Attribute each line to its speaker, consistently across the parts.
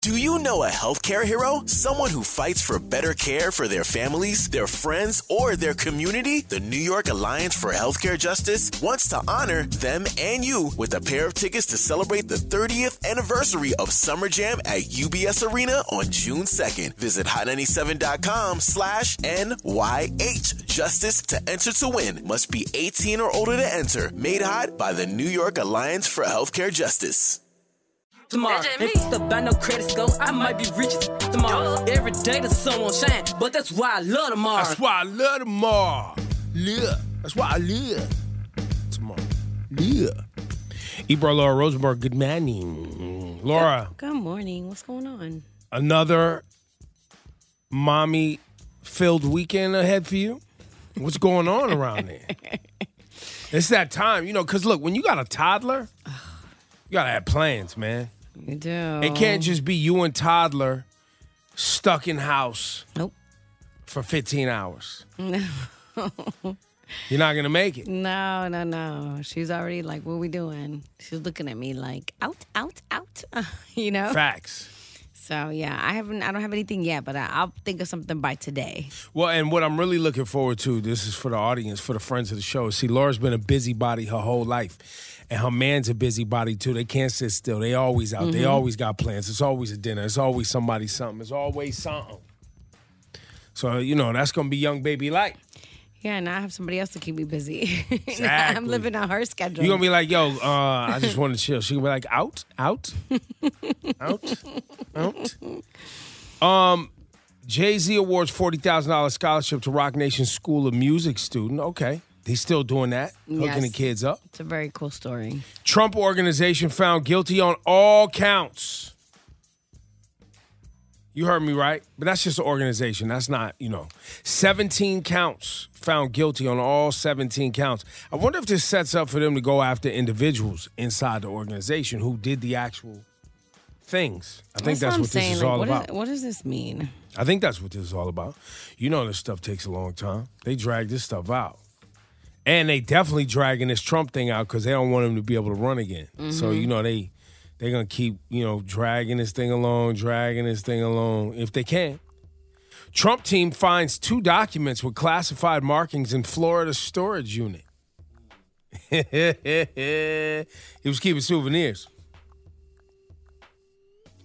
Speaker 1: Do you know a healthcare hero? Someone who fights for better care for their families, their friends, or their community? The New York Alliance for Healthcare Justice wants to honor them and you with a pair of tickets to celebrate the 30th anniversary of Summer Jam at UBS Arena on June 2nd. Visit hot97.com slash NYH Justice to enter to win. Must be 18 or older to enter. Made hot by the New York Alliance for Healthcare Justice.
Speaker 2: tomorrow.
Speaker 3: That
Speaker 2: They
Speaker 3: ain't me.
Speaker 2: fucked up, I know credit score. I might be rich as f- tomorrow.
Speaker 3: Duh.
Speaker 2: Every day the sun won't shine, but that's why I love tomorrow.
Speaker 4: That's why I love tomorrow. Live. That's why I live tomorrow. Live. Ebro Laura Rosenberg, good morning. Laura,
Speaker 5: Good morning. What's going on?
Speaker 4: another mommy filled weekend ahead for you? What's going on around there? It's that time, you know, because look, when you got a toddler, you got to have plans, man.
Speaker 5: You do.
Speaker 4: It can't just be you and toddler stuck in house
Speaker 5: Nope.
Speaker 4: for 15 hours. You're not going to make it.
Speaker 5: No, no, no. She's already like, what we doing? She's looking at me like, out, out, out. you know.
Speaker 4: Facts.
Speaker 5: So yeah, I haven't. I don't have anything yet, but I, I'll think of something by today.
Speaker 4: Well, and what I'm really looking forward to, this is for the audience, for the friends of the show. See, Laura's been a busybody her whole life, and her man's a busybody too. They can't sit still. They always out. They always got plans. It's always a dinner. It's always somebody something. It's always something. So you know that's gonna be young baby light.
Speaker 5: Yeah, and I have somebody else to keep me busy. Now
Speaker 4: Exactly.
Speaker 5: I'm living on her schedule.
Speaker 4: You're gonna be like, yo, uh, I just want to chill. She gonna be like, out, out, out, out. Um, Jay Z Um, awards forty thousand dollars scholarship to Rock Nation School of Music student. Okay, he's still doing that, hooking
Speaker 5: Yes.
Speaker 4: the kids up.
Speaker 5: it's a very cool story.
Speaker 4: Trump organization found guilty on all counts. You heard me right, but that's just the organization. That's not, you know, 17 counts found guilty on all 17 counts. I wonder if this sets up for them to go after individuals inside the organization who did the actual things. I think that's,
Speaker 5: what I'm
Speaker 4: what
Speaker 5: saying.
Speaker 4: this is
Speaker 5: like,
Speaker 4: all
Speaker 5: what,
Speaker 4: about.
Speaker 5: is, what does this mean?
Speaker 4: I think that's what this is all about. You know, this stuff takes a long time. They drag this stuff out. And they definitely dragging this Trump thing out because they don't want him to be able to run again. So, you know, they they're gonna keep, you know, dragging this thing along, dragging this thing along, if they can. Trump team finds two documents with classified markings in Florida storage unit. he was keeping souvenirs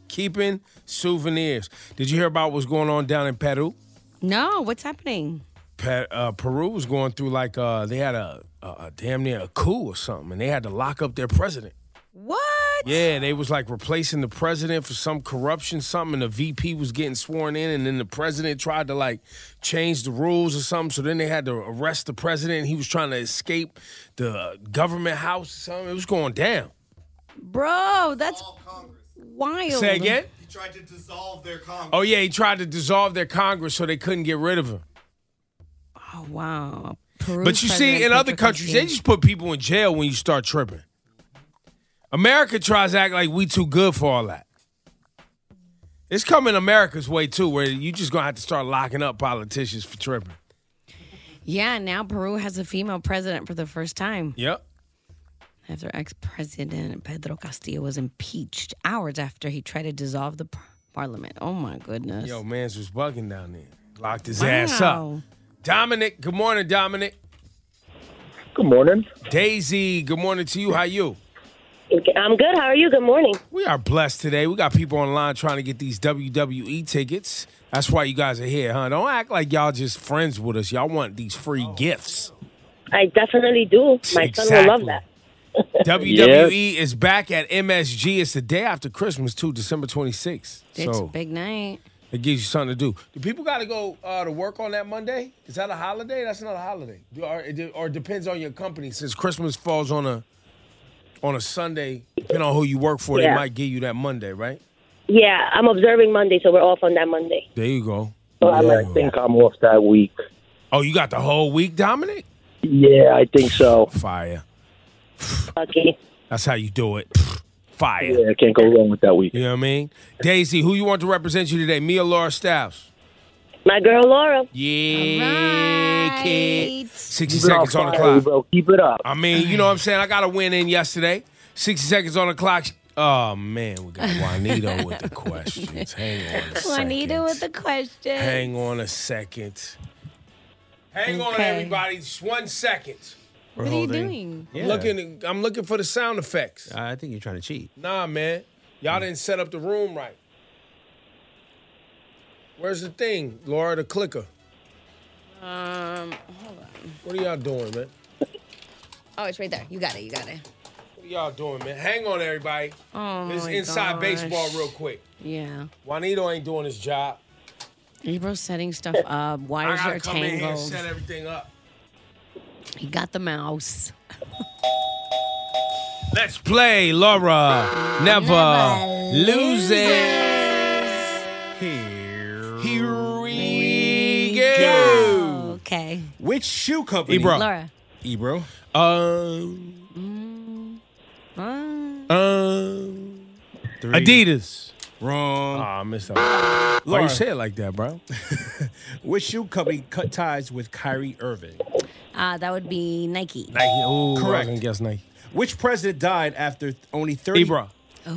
Speaker 4: keeping souvenirs. Did you hear about what's going on down in Peru?
Speaker 5: No, what's happening?
Speaker 4: Pe- uh, Peru was going through like uh, they had a, a, a damn near a coup or something, and they had to lock up their president.
Speaker 5: What?
Speaker 4: Yeah, they was like replacing the president for some corruption, something, and the VP was getting sworn in, and then the president tried to like change the rules or something. So then they had to arrest the president. and He was trying to escape the government house or something. It was going down.
Speaker 5: Bro, that's wild.
Speaker 4: Say again.
Speaker 6: He tried to dissolve their Congress.
Speaker 4: Oh yeah, he tried to dissolve their Congress so they couldn't get rid of him.
Speaker 5: Oh, wow. Peru's
Speaker 4: But you see,
Speaker 5: president,
Speaker 4: in other
Speaker 5: Petro
Speaker 4: countries, they
Speaker 5: Castillo.
Speaker 4: just put people in jail when you start tripping. America tries to act like we too good for all that. It's coming America's way too, where you just gonna have to start locking up politicians for tripping.
Speaker 5: Yeah, now Peru has a female president for the first time
Speaker 4: Yep.
Speaker 5: after ex president Pedro Castillo was impeached hours after he tried to dissolve the par- parliament. Oh my goodness.
Speaker 4: Yo, man's was bugging down there. Locked his ass up.
Speaker 5: Wow.
Speaker 4: Dominic, good morning, Dominic.
Speaker 7: Good morning.
Speaker 4: Daisy, good morning to you. How you?
Speaker 8: I'm good. How are you? Good morning.
Speaker 4: We are blessed today. We got people online trying to get these WWE tickets. That's why you guys are here, huh? Don't act like y'all just friends with us. Y'all want these free gifts.
Speaker 8: I definitely do. My son will love that.
Speaker 4: WWE E is back at MSG. It's the day after Christmas, too, December 26th.
Speaker 5: It's a
Speaker 4: so
Speaker 5: big night.
Speaker 4: it gives you something to do. Do people got to go uh, to work on that Monday? Is that a holiday? That's not a holiday. Do- Or it, de- or it depends on your company. Since Christmas falls on a on a Sunday, depending on who you work for, they
Speaker 8: Yeah.
Speaker 4: might give you that Monday, right?
Speaker 8: Yeah, I'm observing Monday, so we're off on that Monday.
Speaker 4: There you go.
Speaker 7: Well, I, mean, I think I'm off that week.
Speaker 4: Oh, you got the whole week, Dominic?
Speaker 7: Yeah, I think so.
Speaker 4: Fire.
Speaker 8: Lucky.
Speaker 4: That's how you do it. Fire.
Speaker 7: Yeah, I can't go wrong with that week.
Speaker 4: You know what I mean? Daisy, who you want to represent you today? Me or Laura Stiles?
Speaker 8: My girl Laura.
Speaker 4: Yeah, kid.
Speaker 5: Right.
Speaker 4: 60
Speaker 7: Keep it on
Speaker 4: seconds on the
Speaker 7: fire,
Speaker 4: clock.
Speaker 7: bro. Keep it up.
Speaker 4: I mean, you know what I'm saying? I got a win in yesterday. 60 seconds on the clock. Oh, man, we got Juanito with the questions. Hang on a second.
Speaker 5: Juanita with the question.
Speaker 4: Hang on a second. Hang on,
Speaker 5: Okay.
Speaker 4: everybody. Just one second.
Speaker 5: what are you doing?
Speaker 4: I'm looking. I'm looking for the sound effects.
Speaker 3: I think you're trying to cheat.
Speaker 4: Nah, man. Y'all didn't set up the room right. Where's the thing, Laura? The clicker.
Speaker 5: Um, hold on.
Speaker 4: What are y'all doing, man?
Speaker 5: Oh, it's right there. You got it. You got it.
Speaker 4: What are y'all doing, man? Hang on, everybody.
Speaker 5: Oh,
Speaker 4: this is
Speaker 5: my
Speaker 4: inside
Speaker 5: gosh.
Speaker 4: baseball, real quick.
Speaker 5: Yeah.
Speaker 4: Juanito ain't doing his job.
Speaker 5: Ebro's setting stuff up.
Speaker 4: I
Speaker 5: Wires
Speaker 4: gotta
Speaker 5: are
Speaker 4: come in here and
Speaker 5: tangled.
Speaker 4: set everything up.
Speaker 5: He got the mouse.
Speaker 4: Let's play, Laura. Never, lose it.
Speaker 3: Here.
Speaker 4: Here we go.
Speaker 5: Okay.
Speaker 3: Which shoe company?
Speaker 4: Ebro.
Speaker 5: Laura.
Speaker 3: Ebro.
Speaker 4: Um,
Speaker 5: Mm. Uh,
Speaker 4: um,
Speaker 3: Three.
Speaker 4: Adidas.
Speaker 3: Wrong.
Speaker 4: Aw, I missed that. Why you say it like that, bro?
Speaker 3: Which shoe company cut ties with Kyrie Irving?
Speaker 5: uh, that would be Nike.
Speaker 4: Nike. Ooh, I was
Speaker 3: Correct.
Speaker 4: gonna guess Nike.
Speaker 3: Which president died after th- only 30?
Speaker 4: Ebro.
Speaker 5: Oh,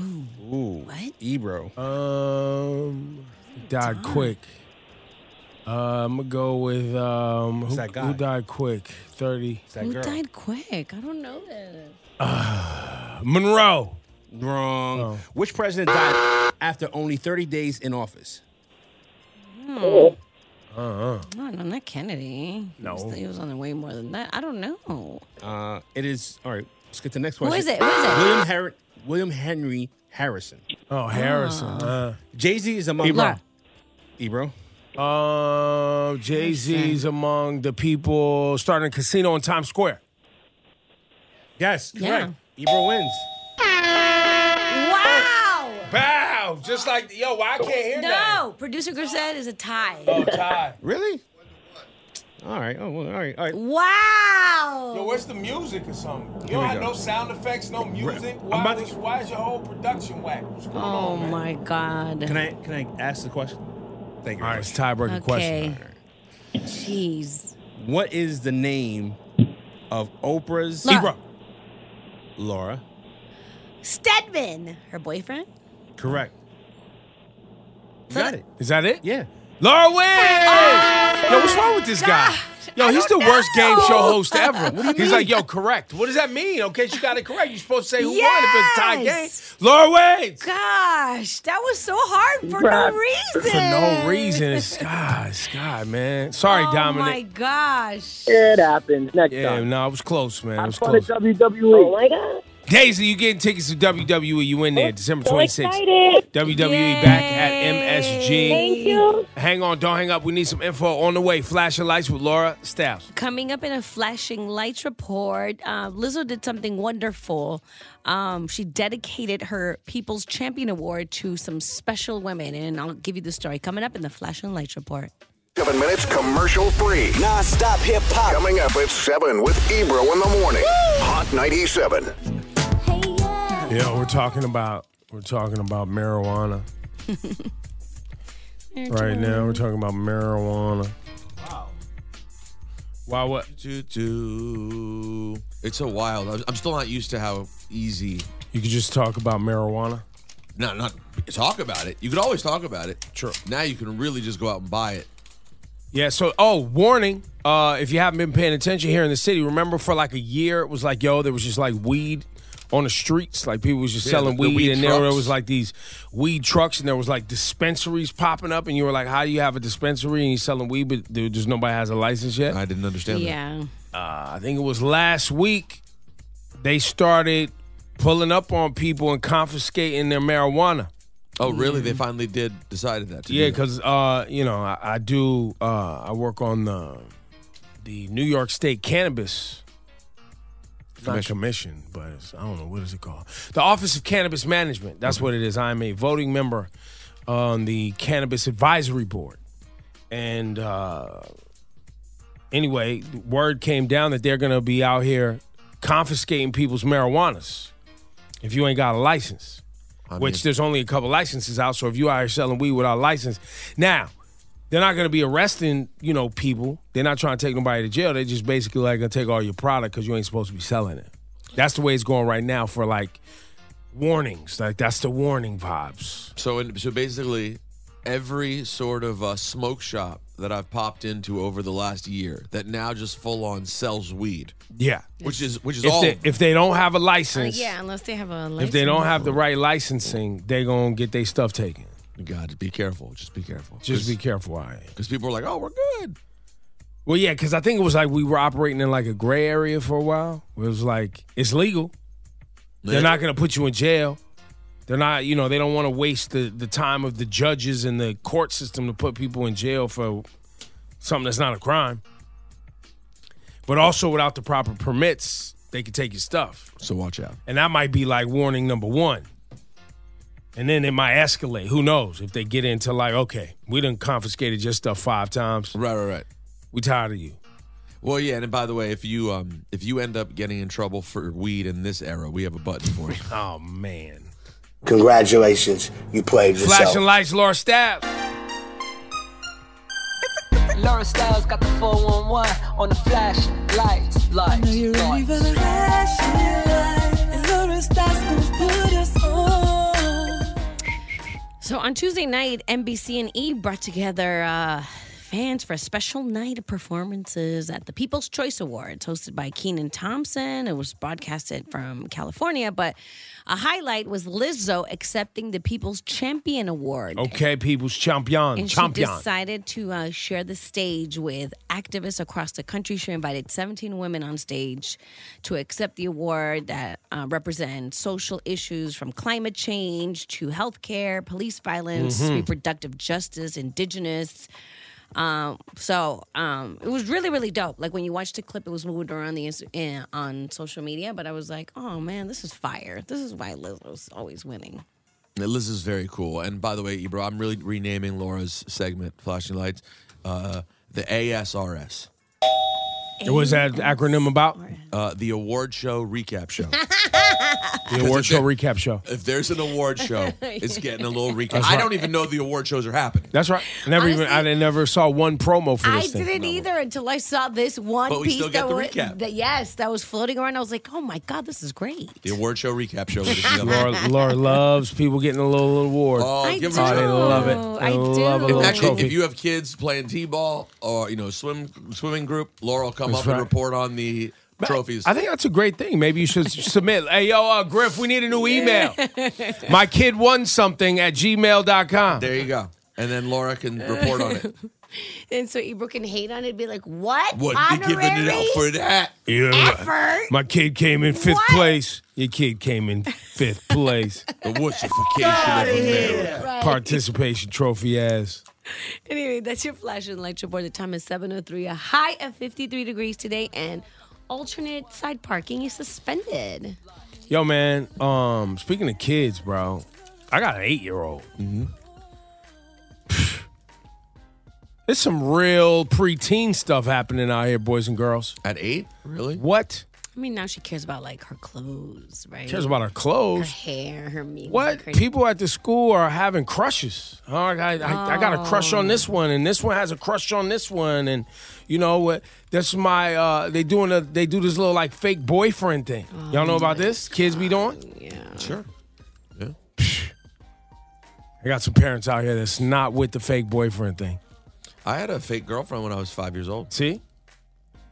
Speaker 3: Ooh.
Speaker 5: What?
Speaker 3: Ebro.
Speaker 4: Um, died quick. Uh, I'm gonna go with um, who,
Speaker 3: that guy?
Speaker 4: who died quick? Thirty.
Speaker 3: It's that
Speaker 5: who
Speaker 3: girl.
Speaker 5: died quick? I don't know this.
Speaker 4: Uh, Monroe. Oh.
Speaker 3: Wrong. Which president died after only 30 days in office?
Speaker 5: Hmm.
Speaker 3: Oh.
Speaker 4: Uh-uh.
Speaker 5: No, no, not Kennedy. He
Speaker 4: No.
Speaker 5: was- He was on the way more than that. I don't know.
Speaker 3: Uh, it is. All right. Let's get to the next question.
Speaker 5: is it? Who is it?
Speaker 3: William, Har- William Henry Harrison.
Speaker 4: Oh, Harrison.
Speaker 5: Ah.
Speaker 4: Uh,
Speaker 3: Jay Z is among.
Speaker 5: Ebro.
Speaker 3: Ebro.
Speaker 4: Um, Jay Z's among the people starting a casino in Times Square.
Speaker 3: Yes.
Speaker 5: Yeah.
Speaker 3: Correct. Ebro wins.
Speaker 5: Wow.
Speaker 4: Bow, just like yo, why I can't hear Oh.
Speaker 5: No, producer Grisette is a tie.
Speaker 4: Ty.
Speaker 3: Really? All right. Oh, well, all right. All right.
Speaker 4: Yo,
Speaker 5: Wow.
Speaker 4: where's the music or something? You
Speaker 3: Here
Speaker 4: don't
Speaker 3: we
Speaker 4: have
Speaker 3: go.
Speaker 4: no sound effects, no music.
Speaker 3: I'm
Speaker 4: Why,
Speaker 3: about to-
Speaker 4: is- why is your whole production whack? What's going on?
Speaker 5: Oh my God.
Speaker 3: Can I can I ask the question? Thank you.
Speaker 4: All right,
Speaker 3: very
Speaker 4: it's
Speaker 3: much.
Speaker 4: tiebreaker
Speaker 5: Okay.
Speaker 4: question.
Speaker 5: Jeez.
Speaker 3: What is the name of Oprah's
Speaker 5: Laura.
Speaker 3: Ebro? Laura.
Speaker 5: Stedman, her boyfriend.
Speaker 3: Correct. You got it.
Speaker 4: Is that it?
Speaker 3: Yeah.
Speaker 4: Laura wins! yo, what's wrong with this guy? Yo, he's the worst game show host ever. he's like, yo, correct. What does that mean? Okay, she got it correct. You're supposed to say who won if it's a tie game.
Speaker 5: Yes.
Speaker 4: Laura wins!
Speaker 5: Gosh, that was so hard for
Speaker 7: Right.
Speaker 5: no reason.
Speaker 4: For no reason. It's God, it's God, man. Sorry,
Speaker 5: oh my
Speaker 4: Dominic.
Speaker 5: gosh.
Speaker 7: It happens next
Speaker 4: Yeah,
Speaker 7: time.
Speaker 4: no, I was close, man. I
Speaker 7: I'm
Speaker 4: was
Speaker 7: part of
Speaker 4: close.
Speaker 8: Oh
Speaker 7: WWE.
Speaker 8: my God.
Speaker 4: Daisy, you getting tickets to WWE. You in there, December
Speaker 8: So
Speaker 4: 26th.
Speaker 8: excited.
Speaker 4: WWE E back at
Speaker 5: Yay.
Speaker 4: MSG.
Speaker 8: Thank you.
Speaker 4: Hang on, don't hang up. We need some info on the way. Flashing lights with Laura Staffs.
Speaker 5: Coming up in a flashing lights report, uh, Lizzo did something wonderful. Um, she dedicated her People's Champion Award to some special women, and I'll give you the story coming up in the flashing lights report.
Speaker 9: Seven minutes commercial free.
Speaker 1: Non-stop hip hop.
Speaker 9: Coming up at seven with Ebro in the morning. Hot 97.
Speaker 4: Yeah, we're talking about we're talking about marijuana. right now, we're talking about marijuana. Wow. Wow, what?
Speaker 10: Doo, doo. It's so wild. I'm- I'm still not used to how easy.
Speaker 4: You could just talk about marijuana.
Speaker 10: No, not talk about it. You could always talk about it.
Speaker 4: True.
Speaker 10: Now you can really just go out and buy it.
Speaker 4: Yeah, so oh, warning. Uh if you haven't been paying attention here in the city, remember for like a year it was like, yo, there was just like weed on the streets. Like people was just
Speaker 10: Yeah,
Speaker 4: selling
Speaker 10: the- the
Speaker 4: weed,
Speaker 10: weed
Speaker 4: and there
Speaker 10: trucks.
Speaker 4: was like these weed trucks and there was like dispensaries popping up and you were like, How do you have a dispensary and you're selling weed but there just nobody has a license yet? Uh,
Speaker 10: I didn't understand that.
Speaker 5: Yeah.
Speaker 4: I think it was last week they started pulling up on people and confiscating their marijuana.
Speaker 10: Oh, really? They finally did decided that. To
Speaker 4: Yeah,
Speaker 10: do that.
Speaker 4: because uh, you know I, I do. Uh, I work on the the New York State Cannabis not commission, but it's, I don't know what is it called. The Office of Cannabis
Speaker 10: Mm-hmm.
Speaker 4: Management. That's what it is. I'm a voting member on the Cannabis Advisory Board, And uh, anyway, word came down that they're going to be out here confiscating people's marijuanas if you ain't got a license, which there's only a couple licenses out. So if you out here selling weed without a license, now they're not going to be arresting you know people. They're not trying to take nobody to jail. They just basically like going to take all your product because you ain't supposed to be selling it. That's the way it's going right now for like warnings. Like that's the warning vibes.
Speaker 10: So, in, so basically, every sort of uh, smoke shop that I've popped into over the last year that now just full on sells weed,
Speaker 4: Yeah.
Speaker 10: which is which is
Speaker 4: if
Speaker 10: all.
Speaker 4: they, if they don't have a
Speaker 5: Uh,
Speaker 4: license,
Speaker 5: yeah, unless they have a.
Speaker 4: if they don't
Speaker 5: license.
Speaker 4: have the right licensing, they gonna get their stuff taken.
Speaker 10: God, be careful. Just be careful.
Speaker 4: Just be careful, I.
Speaker 10: Because people are like, oh, we're good.
Speaker 4: Well, yeah, because I think it was like we were operating in like a gray area for a while. Where it was like it's legal. They're not gonna put you in jail. They're not, you know, they don't want to waste the the time of the judges and the court system to put people in jail for something that's not a crime. But also, without the proper permits, they could take your stuff.
Speaker 10: So watch out.
Speaker 4: And that might be like warning number one. And then it might escalate. Who knows if they get into like, okay, we done confiscated your stuff five times.
Speaker 10: Right, right, right.
Speaker 4: We tired of you.
Speaker 10: Well, yeah, and by the way, if you um if you end up getting in trouble for weed in this era, we have a button for you.
Speaker 4: oh man.
Speaker 11: Congratulations, you played
Speaker 4: Flashing lights, Laura Stab.
Speaker 12: Laura Styles got the 411 on the flash lights, lights. I know you're ready for the flashing lights. And Laura Styles gonna put us on.
Speaker 5: So on Tuesday night, NBC and E brought together uh, fans for a special night of performances at the People's Choice Awards, hosted by Keenan Thompson. It was broadcasted from California, but a highlight was Lizzo accepting the People's Champion Award.
Speaker 4: Okay, people's champion.
Speaker 5: And
Speaker 4: champion.
Speaker 5: she decided to uh, share the stage with activists across the country. She invited 17 women on stage to accept the award that uh, represents social issues from climate change to healthcare, police violence,
Speaker 4: Mm-hmm.
Speaker 13: Mhm.
Speaker 5: reproductive justice, indigenous. Um, so um, it was really, really dope. Like when you watched the clip, it was moved around the ins- eh, on social media, but I was like, oh man, this is fire. This is why Lizzo's always winning.
Speaker 10: Yeah, Liz is very cool. And by the way, Ebro, I'm really renaming Laura's segment, Flashing Lights, uh, the ASRS.
Speaker 4: What's that acronym about?
Speaker 10: Uh, the Award Show Recap Show.
Speaker 4: The award show recap show.
Speaker 10: If there's an award show, it's getting a little recap.
Speaker 4: That's
Speaker 10: I
Speaker 4: right.
Speaker 10: don't even know the award shows are happening.
Speaker 4: That's right. Never even I never saw one promo for
Speaker 5: I
Speaker 4: this thing.
Speaker 5: didn't either until I saw this one
Speaker 10: But we
Speaker 5: piece
Speaker 10: still get
Speaker 5: that,
Speaker 10: the
Speaker 5: wa-
Speaker 10: recap.
Speaker 5: that- yes, that was floating around. I was like, oh my god, this is great.
Speaker 10: The award show recap show. Ladies and gentlemen.
Speaker 4: Laura, Laura loves people getting a little award.
Speaker 10: Oh, give her-
Speaker 4: they love it. They
Speaker 10: I
Speaker 4: love a
Speaker 10: If
Speaker 4: little
Speaker 10: actually,
Speaker 4: trophy.
Speaker 10: if you have kids playing t-ball or you know swim swimming group, Laura will come
Speaker 4: That's
Speaker 10: up and
Speaker 4: right.
Speaker 10: report on the trophies.
Speaker 4: I think that's a great thing. Maybe you should submit. Hey, yo, uh, Griff, we need a new email. My kid won something at gmail.com.
Speaker 10: There you go. And then Laura can report on it.
Speaker 5: And so Ebro can hate on it, and be like, what?
Speaker 10: What you giving it out for that?
Speaker 4: Yeah.
Speaker 5: Effort?
Speaker 4: My kid came in fifth place. Your kid came in fifth place.
Speaker 10: the
Speaker 4: wussification
Speaker 5: Outta of here. America. Right.
Speaker 4: Participation trophy ass.
Speaker 5: Anyway, that's your flashing light report. The time is 7.03, a high of 53 degrees today, and alternate side parking is suspended.
Speaker 4: Yo, man. Um, speaking of kids, bro, I got an eight-year-old. Mm-hmm. There's some real preteen stuff happening out here, boys and girls.
Speaker 10: At eight, really?
Speaker 4: What?
Speaker 5: I mean, now she cares about like her clothes, right?
Speaker 4: Cares about her clothes?
Speaker 5: her hair, her makeup.
Speaker 4: What people at the school are having crushes? Oh, I, got- I, I got a crush on this one, and this one has a crush on this one, and you know what? That's my. Uh, they doing a. They do this little like fake boyfriend thing. Y'all know about this? Kids be doing?
Speaker 5: Yeah.
Speaker 10: Sure. Yeah.
Speaker 4: I got some parents out here that's not with the fake boyfriend thing.
Speaker 10: I had a fake girlfriend when I was five years old.
Speaker 4: See,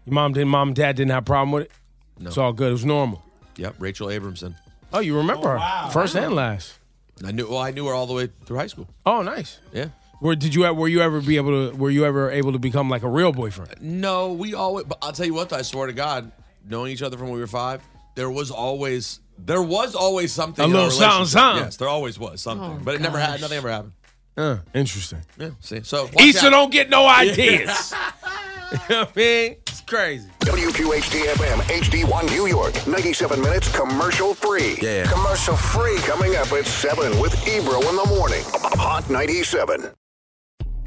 Speaker 4: your mom didn't. Mom and dad didn't have a problem with it.
Speaker 10: No.
Speaker 4: It's all good. It was normal.
Speaker 10: Yep, Rachel Abramson.
Speaker 4: Oh, you remember her? First and last.
Speaker 10: I knew. Well, I knew her all the way through high school.
Speaker 4: Oh, nice.
Speaker 10: Yeah.
Speaker 4: Where did you? e-, Were you ever be able to? Were you ever able to become like a real boyfriend?
Speaker 10: No, we always. But I'll tell you what. though, I swear to God, knowing each other from when we were five, there was always there was always something.
Speaker 4: A
Speaker 10: in our
Speaker 4: little something,
Speaker 10: relationship.
Speaker 4: something.
Speaker 10: Yes, there always was something,
Speaker 4: Oh,
Speaker 10: but it never had.
Speaker 4: gosh.
Speaker 10: Nothing ever happened.
Speaker 4: Uh, interesting.
Speaker 10: Yeah. See. So
Speaker 4: Issa don't get no ideas.
Speaker 10: I mean, it's crazy.
Speaker 9: WQHD FM HD1 New York, 97 minutes commercial free. Yeah. Commercial free coming up at 7 with Ebro in the morning. Hot 97.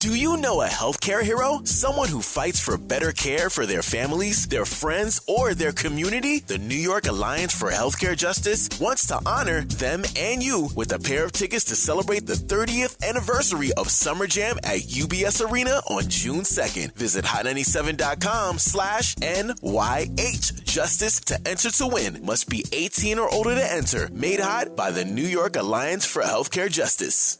Speaker 1: Do you know a healthcare hero? Someone who fights for better care for their families, their friends, or their community? The New York Alliance for Healthcare Justice wants to honor them and you with a pair of tickets to celebrate the 30th anniversary of Summer Jam at UBS Arena on June 2nd. Visit hot97.com slash NYH Justice to enter to win. Must be 18 or older to enter. Made hot by the New York Alliance for Healthcare Justice.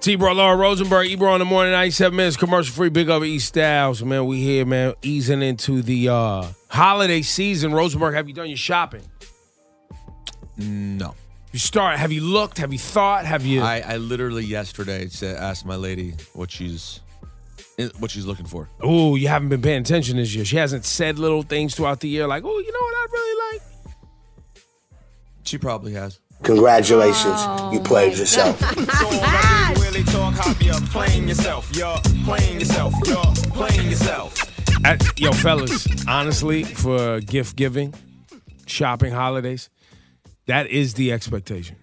Speaker 4: T Bro Laura Rosenberg, Ebro in the morning, 97 minutes, commercial free, big over East Styles. Man, we here, man, easing into the uh, holiday season. Rosenberg, have you done your shopping?
Speaker 10: No.
Speaker 4: You start, have you looked? Have you thought? Have you.
Speaker 10: I, I literally yesterday said, asked my lady what she's eh, what she's looking for.
Speaker 4: Oh, you haven't been paying attention this year. She hasn't said little things throughout the year like, oh, you know what I really like?
Speaker 10: She probably has.
Speaker 11: Congratulations,
Speaker 10: Oh,
Speaker 11: you played yourself.
Speaker 13: really talk, hop, you're playing yourself. You're playing yourself. You're playing yourself.
Speaker 4: I- yo, fellas, honestly, for gift giving, shopping, holidays, that is the expectation.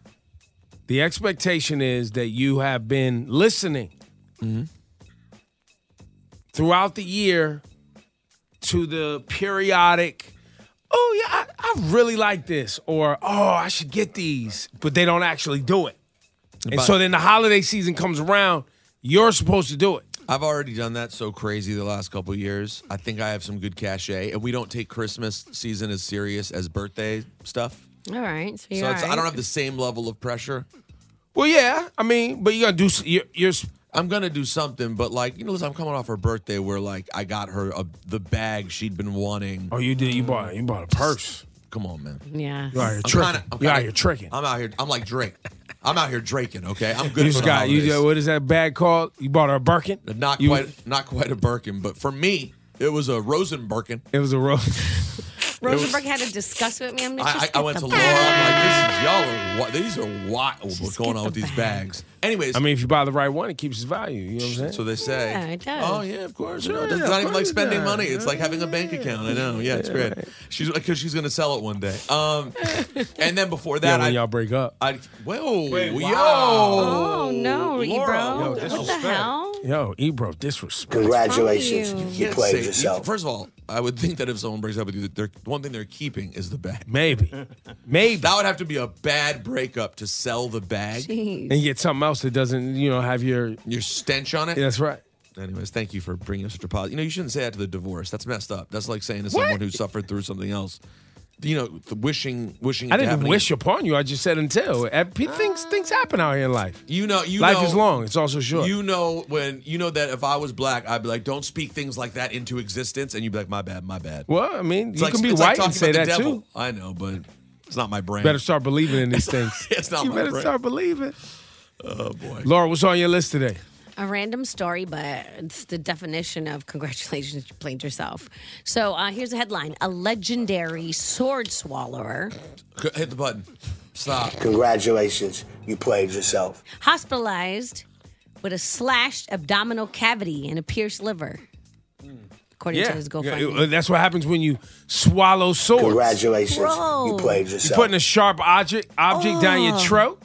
Speaker 4: The expectation is that you have been listening throughout the year to the periodic, oh, yeah, I, I really like this, or oh, I should get these, but they don't actually do it. And
Speaker 10: But-
Speaker 4: so then the holiday season comes around, you're supposed to do it.
Speaker 10: I've already done that so crazy the last couple of years. I think I have some good cachet, and we don't take Christmas season as serious as birthday stuff.
Speaker 5: All right. So, you're
Speaker 10: so it's, I
Speaker 5: all
Speaker 10: don't
Speaker 5: right.
Speaker 10: have the same level of pressure.
Speaker 4: Well, yeah, I mean, but you're gonna do you're, you're
Speaker 10: I'm gonna do something, but like you know, listen, I'm coming off her birthday where like I got her a, the bag she'd been wanting.
Speaker 4: Oh, you did? You bought you bought a purse?
Speaker 10: Come on, man.
Speaker 5: Yeah.
Speaker 4: You out here
Speaker 10: I'm
Speaker 4: tricking.
Speaker 10: kinda- I'm
Speaker 4: You out
Speaker 10: kinda-
Speaker 4: here tricking.
Speaker 10: I'm out here. I'm like Drake. I'm out here draking. Okay, I'm
Speaker 4: You
Speaker 10: good.
Speaker 4: just
Speaker 10: for the
Speaker 4: got you.
Speaker 10: holidays.
Speaker 4: just- What is that bag called? You bought her a Birkin.
Speaker 10: Not
Speaker 4: You-
Speaker 10: quite. Not quite a Birkin, but for me, it was a Rosen Birkin.
Speaker 4: It was a Rosen.
Speaker 5: Rosenberg had to discuss with me. I'm just
Speaker 10: I, I, I went to Laura. I'm like, this is y'all are wi- these are wild. What's going on with these bags? Anyways,
Speaker 4: I mean, if you buy the right one, it keeps its value. You know what I'm saying?
Speaker 10: So they say.
Speaker 5: Yeah, it does.
Speaker 10: Oh yeah, of course. You know,
Speaker 4: Yeah,
Speaker 10: it's
Speaker 4: of
Speaker 10: not even like
Speaker 4: course it
Speaker 10: spending
Speaker 4: does.
Speaker 10: money. It's like having a bank account. I know. Yeah, it's
Speaker 4: Yeah,
Speaker 10: great.
Speaker 4: right.
Speaker 10: She's because she's gonna sell it one day. Um, and then before
Speaker 4: yeah,
Speaker 10: that,
Speaker 4: when
Speaker 10: I,
Speaker 4: y'all break up.
Speaker 10: I whoa, yo,
Speaker 5: Oh, no, Ebro. What the hell?
Speaker 4: Yo, Ebro, disrespect.
Speaker 11: Congratulations,
Speaker 5: Fuck
Speaker 11: you,
Speaker 5: you.
Speaker 10: can't
Speaker 11: played
Speaker 10: say-
Speaker 11: yourself.
Speaker 10: First of all, I would think that if someone breaks up with you, that they're, one thing they're keeping is the bag.
Speaker 4: Maybe, maybe
Speaker 10: that would have to be a bad breakup to sell the bag.
Speaker 4: and you get something else that doesn't, you know, have your
Speaker 10: your stench on it.
Speaker 4: That's right.
Speaker 10: Anyways, thank you for bringing up such a positive. You know, you shouldn't say that to the divorce. That's messed up. That's like saying to someone who suffered through something else, you know, th- wishing, wishing.
Speaker 4: I
Speaker 10: it to
Speaker 4: didn't
Speaker 10: happen
Speaker 4: wish
Speaker 10: again.
Speaker 4: upon you. I just said until Ev- pe- things things happen out here in life.
Speaker 10: You know, you
Speaker 4: life
Speaker 10: know-
Speaker 4: is long. It's also short.
Speaker 10: You know when you know that if I was black, I'd be like, "Don't speak things like that into existence," and you'd be like, "My bad, my bad."
Speaker 4: well, I mean,
Speaker 10: It's
Speaker 4: you
Speaker 10: like-
Speaker 4: can be
Speaker 10: it's like
Speaker 4: white and
Speaker 10: talking
Speaker 4: say
Speaker 10: about
Speaker 4: that
Speaker 10: the devil.
Speaker 4: too.
Speaker 10: I know, but it's not my brain.
Speaker 4: Better start believing in these things.
Speaker 10: It's not
Speaker 4: you
Speaker 10: my
Speaker 4: better
Speaker 10: brain.
Speaker 4: start believing.
Speaker 10: Oh boy.
Speaker 4: Laura, what's on your list today?
Speaker 5: A random story, but it's the definition of congratulations, you played yourself. So uh, here's a headline A legendary sword swallower
Speaker 10: C- Hit the button. Stop.
Speaker 11: Congratulations, you played yourself.
Speaker 5: hospitalized with a slashed abdominal cavity and a pierced liver, according to his
Speaker 4: Yeah,
Speaker 5: GoFundMe.
Speaker 4: it- uh, that's what happens when you swallow swords.
Speaker 11: Congratulations,
Speaker 5: Bro.
Speaker 11: you played
Speaker 4: You're
Speaker 11: yourself.
Speaker 4: putting a sharp object object down your
Speaker 5: Oh.
Speaker 4: throat,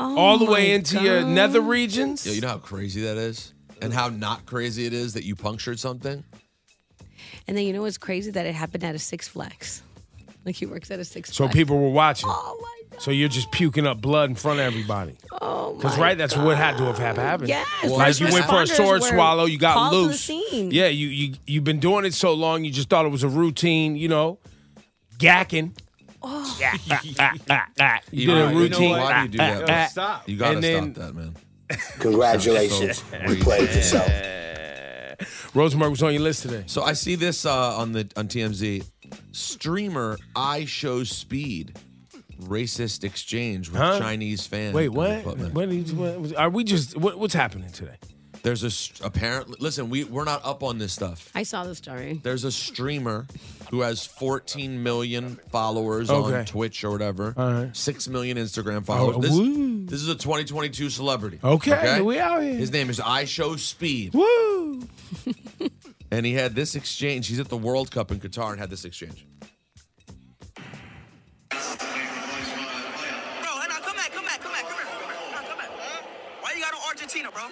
Speaker 5: Oh
Speaker 4: all the
Speaker 5: my
Speaker 4: way into your
Speaker 5: God.
Speaker 4: nether regions.
Speaker 10: Yo, you know how crazy that is, and how not crazy it is that you punctured something.
Speaker 5: And then you know what's crazy? That it happened at a Six Flags. Like oh he works at a Six
Speaker 4: So
Speaker 5: Flags.
Speaker 4: people were watching. So you're just puking up blood in front of everybody.
Speaker 5: Oh
Speaker 4: Because
Speaker 5: my
Speaker 4: right, that's what had to have hap- happened.
Speaker 5: Yes,
Speaker 4: like
Speaker 5: first
Speaker 4: you went for a
Speaker 5: responders
Speaker 4: sword
Speaker 5: were
Speaker 4: swallow, you got
Speaker 5: called to the
Speaker 4: loose.
Speaker 5: scene.
Speaker 4: Yeah, you you you've been doing it so long, you just thought it was a routine. You know, gacking. Ah, You did a
Speaker 10: Right.
Speaker 4: routine.
Speaker 10: You know why do you do that? You gotta
Speaker 4: and then-
Speaker 10: stop that, man.
Speaker 11: Congratulations,
Speaker 10: So-
Speaker 11: you played yourself.
Speaker 4: Rosenberg was on your list today.
Speaker 10: So I see this uh, on the on TMZ. Streamer I show speed. Racist exchange with
Speaker 4: Huh?
Speaker 10: Chinese fans.
Speaker 4: Wait, what? what, are, you, what was- are we just? What, what's happening today?
Speaker 10: There's a s- apparently listen. We we're not up on this stuff.
Speaker 5: I saw the story.
Speaker 10: There's a streamer who has 14 million followers
Speaker 4: Okay.
Speaker 10: on Twitch or whatever.
Speaker 4: All right.
Speaker 10: Six million Instagram followers.
Speaker 4: Oh,
Speaker 10: this,
Speaker 4: woo.
Speaker 10: this is a 2022 celebrity.
Speaker 4: Okay, we out here.
Speaker 10: His name is I Show Speed.
Speaker 4: Woo!
Speaker 10: And he had this exchange. He's at the World Cup in Qatar and had this exchange.
Speaker 14: Bro, and now come back, come back, come back, come here, come here, come on, come back. Why you got on Argentina, bro?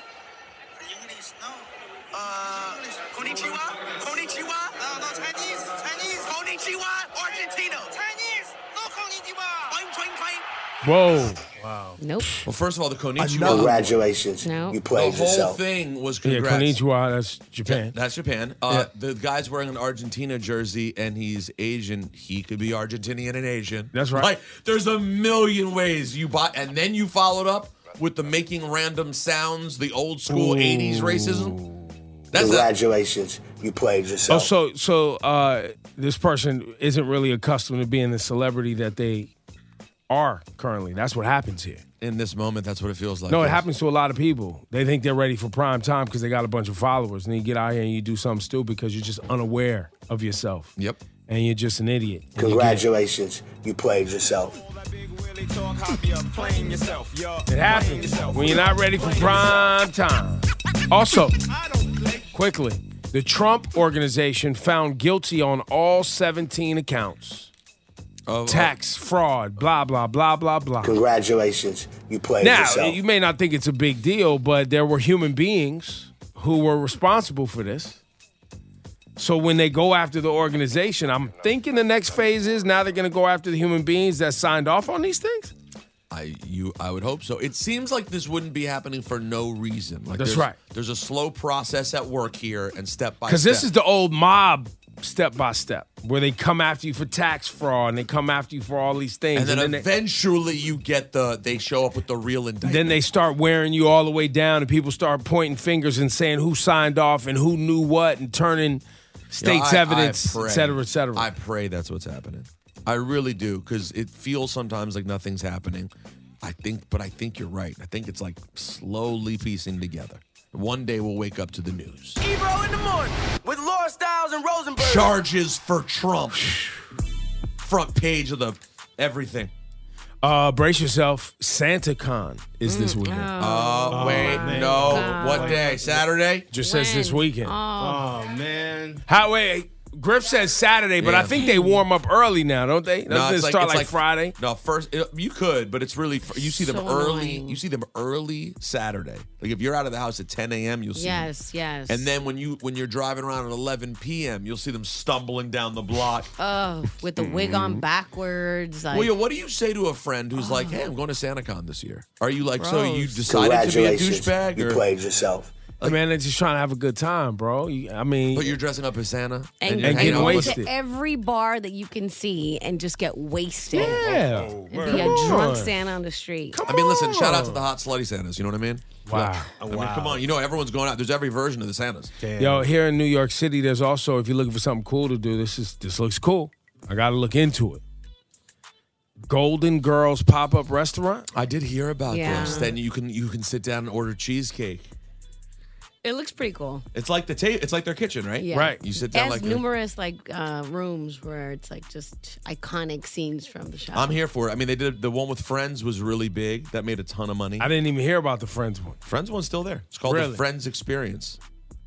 Speaker 14: Uh, konnichiwa? Konnichiwa? No, no, Chinese, Chinese. Konnichiwa, Argentina. Chinese, no konnichiwa. Boing, boing, boing.
Speaker 4: Whoa. Wow.
Speaker 5: Nope.
Speaker 10: Well, first of all, the Konichiwa.
Speaker 11: Congratulations. You
Speaker 10: The
Speaker 11: played
Speaker 10: whole
Speaker 11: yourself.
Speaker 10: thing was
Speaker 4: Yeah,
Speaker 10: congrats.
Speaker 4: konnichiwa, that's Japan.
Speaker 10: That's Japan. Uh, The guy's wearing an Argentina jersey and he's Asian. He could be Argentinian and Asian. That's right. Like, there's a million ways you bought, and then you followed up with the making random sounds, the old school '80s racism. That's not-
Speaker 11: Congratulations. You played
Speaker 4: Oh,
Speaker 11: yourself.
Speaker 4: so so uh, this person isn't really accustomed to being the celebrity that they are currently. That's what happens here.
Speaker 10: in this moment. That's what it feels like.
Speaker 4: no, it happens to a lot of people. They think they're ready for prime time because they got a bunch of followers, and then you get out here and you do something stupid because you're just unaware of yourself.
Speaker 10: Yep.
Speaker 4: And you're just an idiot. And you get-
Speaker 11: Congratulations. You played yourself.
Speaker 4: It happens when you're not ready for prime time. Also, quickly, the Trump organization found guilty on all 17 accounts. Tax, fraud, blah, blah, blah, blah, blah.
Speaker 11: Congratulations. You played
Speaker 4: Now,
Speaker 11: yourself.
Speaker 4: you may not think it's a big deal, but there were human beings who were responsible for this. So when they go after the organization, I'm thinking the next phase is now they're going to go after the human beings that signed off on these things.
Speaker 10: I you I would hope so. It seems like this wouldn't be happening for no reason. Like
Speaker 4: That's
Speaker 10: there's,
Speaker 4: right.
Speaker 10: There's a slow process at work here, and step by step.
Speaker 4: Because this is the old mob step by step, where they come after you for tax fraud and they come after you for all these things.
Speaker 10: and then,
Speaker 4: they-
Speaker 10: eventually you get the they show up with the real indictment.
Speaker 4: then they start wearing you all the way down, and people start pointing fingers and saying who signed off and who knew what, and turning
Speaker 10: You know,
Speaker 4: states'
Speaker 10: I- I
Speaker 4: evidence,
Speaker 10: pray-
Speaker 4: et cetera, et cetera.
Speaker 10: I pray that's what's happening. I really do because it feels sometimes like nothing's happening. I think, but I think you're right. I think it's like slowly piecing together. One day we'll wake up to the news.
Speaker 14: Ebro in the morning with Laura Styles and Rosenberg.
Speaker 10: Charges for Trump. Front page of the everything.
Speaker 4: Uh, brace yourself. SantaCon is this weekend.
Speaker 10: Oh, wait, no. What day? Saturday?
Speaker 4: Just says this weekend.
Speaker 3: Oh, man.
Speaker 4: How wait? Griff says Saturday, but I
Speaker 10: Yeah.
Speaker 4: think they warm up early now, don't they? Doesn't it start like, Friday.
Speaker 10: No, first it- you could, but it's really fr- you see them
Speaker 5: So
Speaker 10: early.
Speaker 5: annoying.
Speaker 10: You see them early Saturday. Like if you're out of the house at 10 a.m., you'll see. them.
Speaker 5: Yes, yes.
Speaker 10: And then when you when you're driving around at 11 p.m., you'll see them stumbling down the block.
Speaker 5: Oh, with the wig
Speaker 10: Mm-hmm.
Speaker 5: on backwards. Like, Oh.
Speaker 10: well, yeah, what do you say to a friend who's like, "Hey, I'm going to SantaCon this year." Are you like, "So you
Speaker 11: Gross.
Speaker 10: decided to be a
Speaker 11: Congratulations.
Speaker 10: douchebag?"
Speaker 11: You played yourself.
Speaker 4: man, they're just trying to have a good time, bro. You- I mean,
Speaker 10: but you're dressing up as Santa
Speaker 5: and,
Speaker 10: you're
Speaker 4: and
Speaker 10: hanging
Speaker 4: getting
Speaker 10: out with-
Speaker 4: wasted.
Speaker 5: to every bar that you can see and just get wasted.
Speaker 4: Yeah.
Speaker 5: And be a drunk Santa on the street.
Speaker 10: Oh, I mean, listen, shout out to the hot slutty Santas. You know what I mean?
Speaker 4: Wow.
Speaker 10: I mean, come on. You know, everyone's going out. There's every version of the Santas.
Speaker 4: Yo, here in New York City, there's also if you're looking for something cool to do, this is this looks cool. I gotta look into it. Golden Girls pop up restaurant.
Speaker 10: I did hear about
Speaker 5: Yeah.
Speaker 10: this. Then you can you can sit down and order cheesecake.
Speaker 5: It looks pretty cool.
Speaker 10: It's like the ta- It's like their kitchen, right?
Speaker 5: Yeah.
Speaker 10: You sit
Speaker 5: It
Speaker 10: down
Speaker 5: has
Speaker 10: like. i
Speaker 5: numerous like uh, rooms where it's like just iconic scenes from the show.
Speaker 10: I'm here for it. I mean, they did the one with Friends was really big. That made a ton of money.
Speaker 4: I didn't even hear about the Friends one.
Speaker 10: Friends one's still there. It's called
Speaker 4: Really?
Speaker 10: the Friends Experience.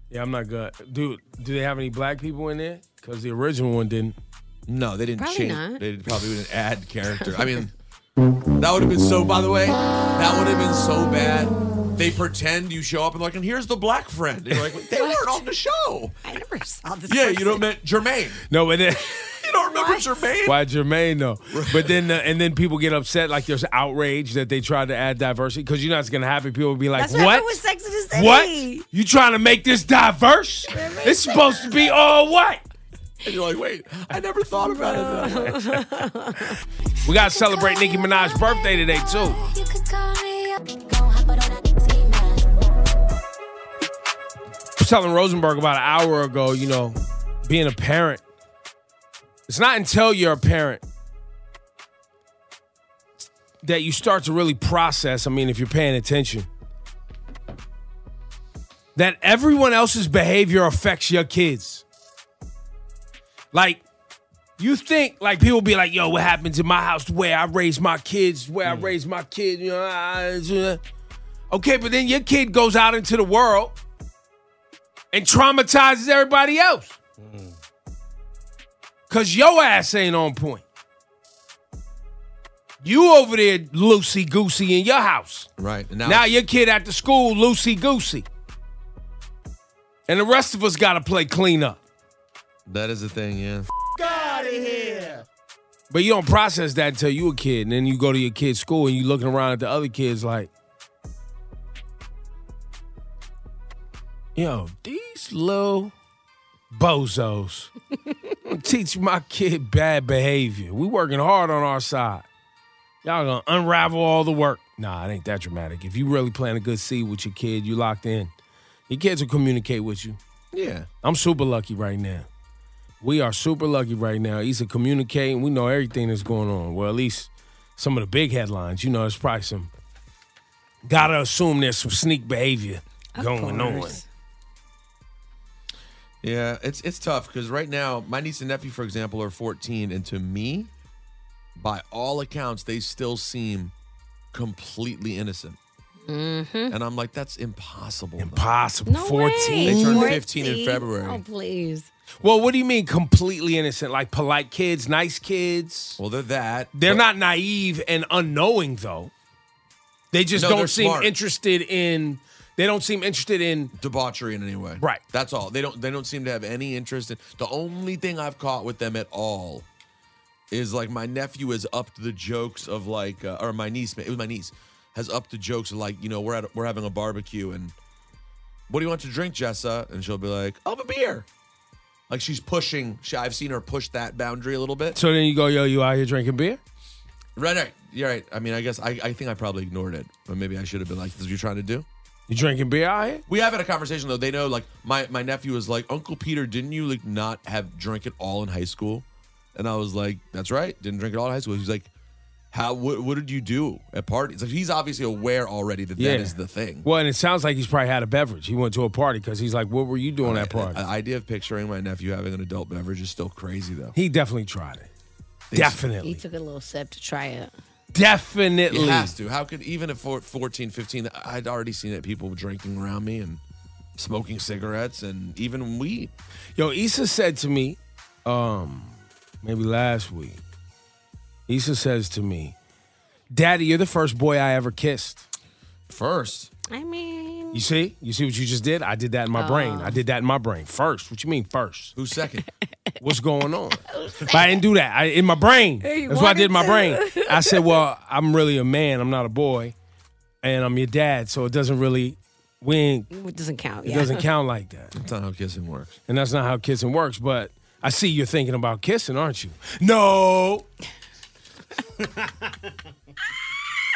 Speaker 4: Yeah, I'm not good, dude. Do they have any black people in there? Because the original one didn't.
Speaker 10: No, they didn't
Speaker 4: Probably
Speaker 10: change.
Speaker 4: not.
Speaker 10: They did- probably didn't add character. I mean, that would have been so. By the way, that would have been so bad. They pretend you show up and like, and here's the black friend. And you're like, they weren't on the show.
Speaker 5: I never saw this.
Speaker 10: Yeah, you know, man, Jermaine.
Speaker 4: No, but then
Speaker 10: You don't remember Jermaine?
Speaker 4: why Jermaine though? But then uh, and then people get upset, like there's outrage that they tried to add diversity. Because you know it's gonna happen. People will be like,
Speaker 5: That's what,
Speaker 4: what?
Speaker 5: happened with Sex and the City.
Speaker 4: What? You trying to make this diverse? It's supposed to be all white.
Speaker 10: And you're like, wait, I never thought about it. That way.
Speaker 4: We gotta celebrate Nicki Minaj's birthday today too. was telling Rosenberg about an hour ago, you know, being a parent. It's not until you're a parent that you start to really process. I mean, if you're paying attention, that everyone else's behavior affects your kids. Like, you think like people be like, "Yo, what happens in my house? The way I raise my kids, where
Speaker 10: Mm.
Speaker 4: I raise my kids." You know, I- I- I- okay, but then your kid goes out into the world and traumatizes everybody else
Speaker 10: Mm.
Speaker 4: because your ass ain't on point. You over there loosey goosey in your house.
Speaker 10: Right. and
Speaker 4: Now, your kid at the school loosey goosey, and the rest of us got to play cleanup.
Speaker 10: That is the thing, yeah.
Speaker 14: out of here.
Speaker 4: But you don't process that until you a kid, and then you go to your kid's school and you looking around at the other kids like, yo, these little bozos gonna teach my kid bad behavior. We working hard on our side. Y'all gonna unravel all the work. Nah, it ain't that dramatic. If you really plant a good seed with your kid, you locked in. Your kids will communicate with you.
Speaker 10: Yeah.
Speaker 4: I'm super lucky right now. We are super lucky right now. Issa communicating. We know everything that's going on. Well, at least some of the big headlines. You know, there's probably some. Gotta assume there's some sneak behavior going on.
Speaker 10: course. Yeah, it's it's tough because right now my niece and nephew, for example, are 14, and to me, by all accounts, they still seem completely innocent.
Speaker 5: Mm-hmm.
Speaker 10: And I'm like, that's impossible.
Speaker 4: Mm. Impossible.
Speaker 5: No 14.
Speaker 10: They turned
Speaker 5: Way.
Speaker 10: 15 in February.
Speaker 5: Oh, please.
Speaker 4: Well, what do you mean completely innocent? Like polite kids, nice kids?
Speaker 10: Well, they're that.
Speaker 4: They're not naive and unknowing though. They just
Speaker 10: No, they're
Speaker 4: don't seem
Speaker 10: smart.
Speaker 4: interested in they don't seem interested in
Speaker 10: debauchery in any way.
Speaker 4: Right.
Speaker 10: That's all. They don't they don't seem to have any interest in the only thing I've caught with them at all is like my nephew has upped the jokes of like uh, or my niece it was my niece has upped the jokes of like, you know, we're at we're having a barbecue and what do you want to drink, Jessa? And she'll be like, I'll have a beer. Like she's pushing. She, I've seen her push that boundary a little bit.
Speaker 4: So then you go, yo, you out here drinking beer?
Speaker 10: Right, right. You're right. I mean, I guess I, I think I probably ignored it, but maybe I should have been like, "This is what you're trying to do."
Speaker 4: You drinking beer out here?
Speaker 10: We have had a conversation though. They know, like my my nephew was like, "Uncle Peter, didn't you like not have drink at all in high school?" And I was like, "That's right, didn't drink at all in high school." He's like, "How? What, what did you do at parties?" Like he's obviously aware already that
Speaker 4: Yeah.
Speaker 10: that is the thing.
Speaker 4: Well, and it sounds like he's probably had a beverage. He went to a party because he's like, what were you doing at that party?
Speaker 10: The idea of picturing my nephew having an adult beverage is still crazy though.
Speaker 4: He definitely tried it.
Speaker 5: He
Speaker 4: Definitely.
Speaker 5: took a little sip to try it.
Speaker 4: Definitely.
Speaker 10: It has to. How could even at four- 14, 15, I'd already seen that people were drinking around me and smoking cigarettes and even weed.
Speaker 4: Yo, Issa said to me, um, maybe last week, Issa says to me, Daddy, you're the first boy I ever kissed.
Speaker 10: First.
Speaker 5: I mean,
Speaker 4: You see? You see what you just did? I did that in my brain.
Speaker 5: Oh.
Speaker 4: I did that in my brain. First. What you mean first?
Speaker 10: Who's second?
Speaker 4: What's going on? but I didn't do that. I, in my brain.
Speaker 14: Hey, you
Speaker 4: That's what I did in my brain.
Speaker 14: wanted to.
Speaker 4: I said, well, I'm really a man. I'm not a boy. And I'm your dad. So it doesn't really, we ain't,
Speaker 5: It doesn't count.
Speaker 4: it
Speaker 5: yeah.
Speaker 4: doesn't count like that.
Speaker 10: That's not how kissing works.
Speaker 4: And that's not how kissing works. But I see you're thinking about kissing, aren't you? No.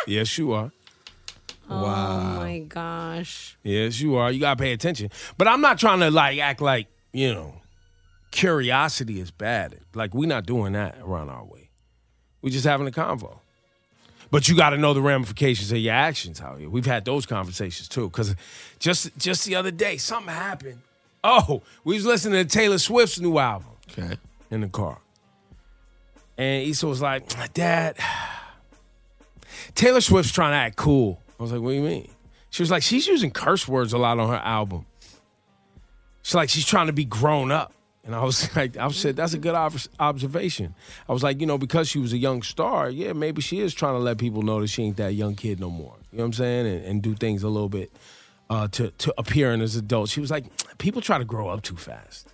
Speaker 4: yes, you are.
Speaker 5: Oh
Speaker 4: uh,
Speaker 5: my gosh.
Speaker 4: Yes, you are. You gotta pay attention. But I'm not trying to like act like you know curiosity is bad. Like we're not doing that around our way. We're just having a convo. But you got to know the ramifications of your actions out here. We've had those conversations too. Because just just the other day, something happened. Oh, we was listening to Taylor Swift's new album.
Speaker 10: Okay.
Speaker 4: In the car, and Issa was like, "Dad, Taylor Swift's trying to act cool." I was like, "What do you mean?" She was like, "She's using curse words a lot on her album." She's like, "She's trying to be grown up," and I was like, "I said that's a good ob- observation." I was like, "You know, because she was a young star, yeah, maybe she is trying to let people know that she ain't that young kid no more." You know what I'm saying? And, and do things a little bit uh, to to appearing as adults. She was like, "People try to grow up too fast."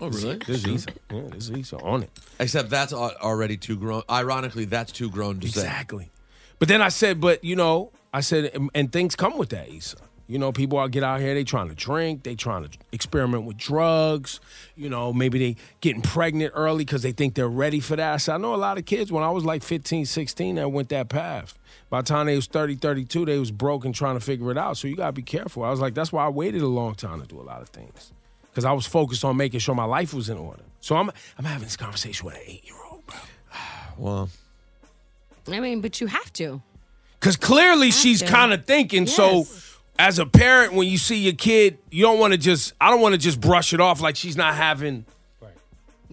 Speaker 10: Oh, really?
Speaker 4: This is Issa. Yeah, this is Issa on it.
Speaker 10: Except that's al- already too grown. Ironically, that's too grown to say.
Speaker 4: Exactly. But then I said, but you know, I said, and, and things come with that, Issa. You know, people out get out here, they trying to drink, they trying to experiment with drugs. You know, maybe they getting pregnant early because they think they're ready for that. I said, I know a lot of kids when I was like 15, 16 that went that path. By the time they was 30, 32, they was broke and trying to figure it out. So you got to be careful. I was like, that's why I waited a long time to do a lot of things because I was focused on making sure my life was in order. So I'm, I'm having this conversation with an eight-year-old, bro.
Speaker 10: Well,
Speaker 5: I mean, but you have to.
Speaker 4: Because clearly she's kind of thinking. So as a parent, when you see your kid, you don't want to just. I don't want to just brush it off like she's not having,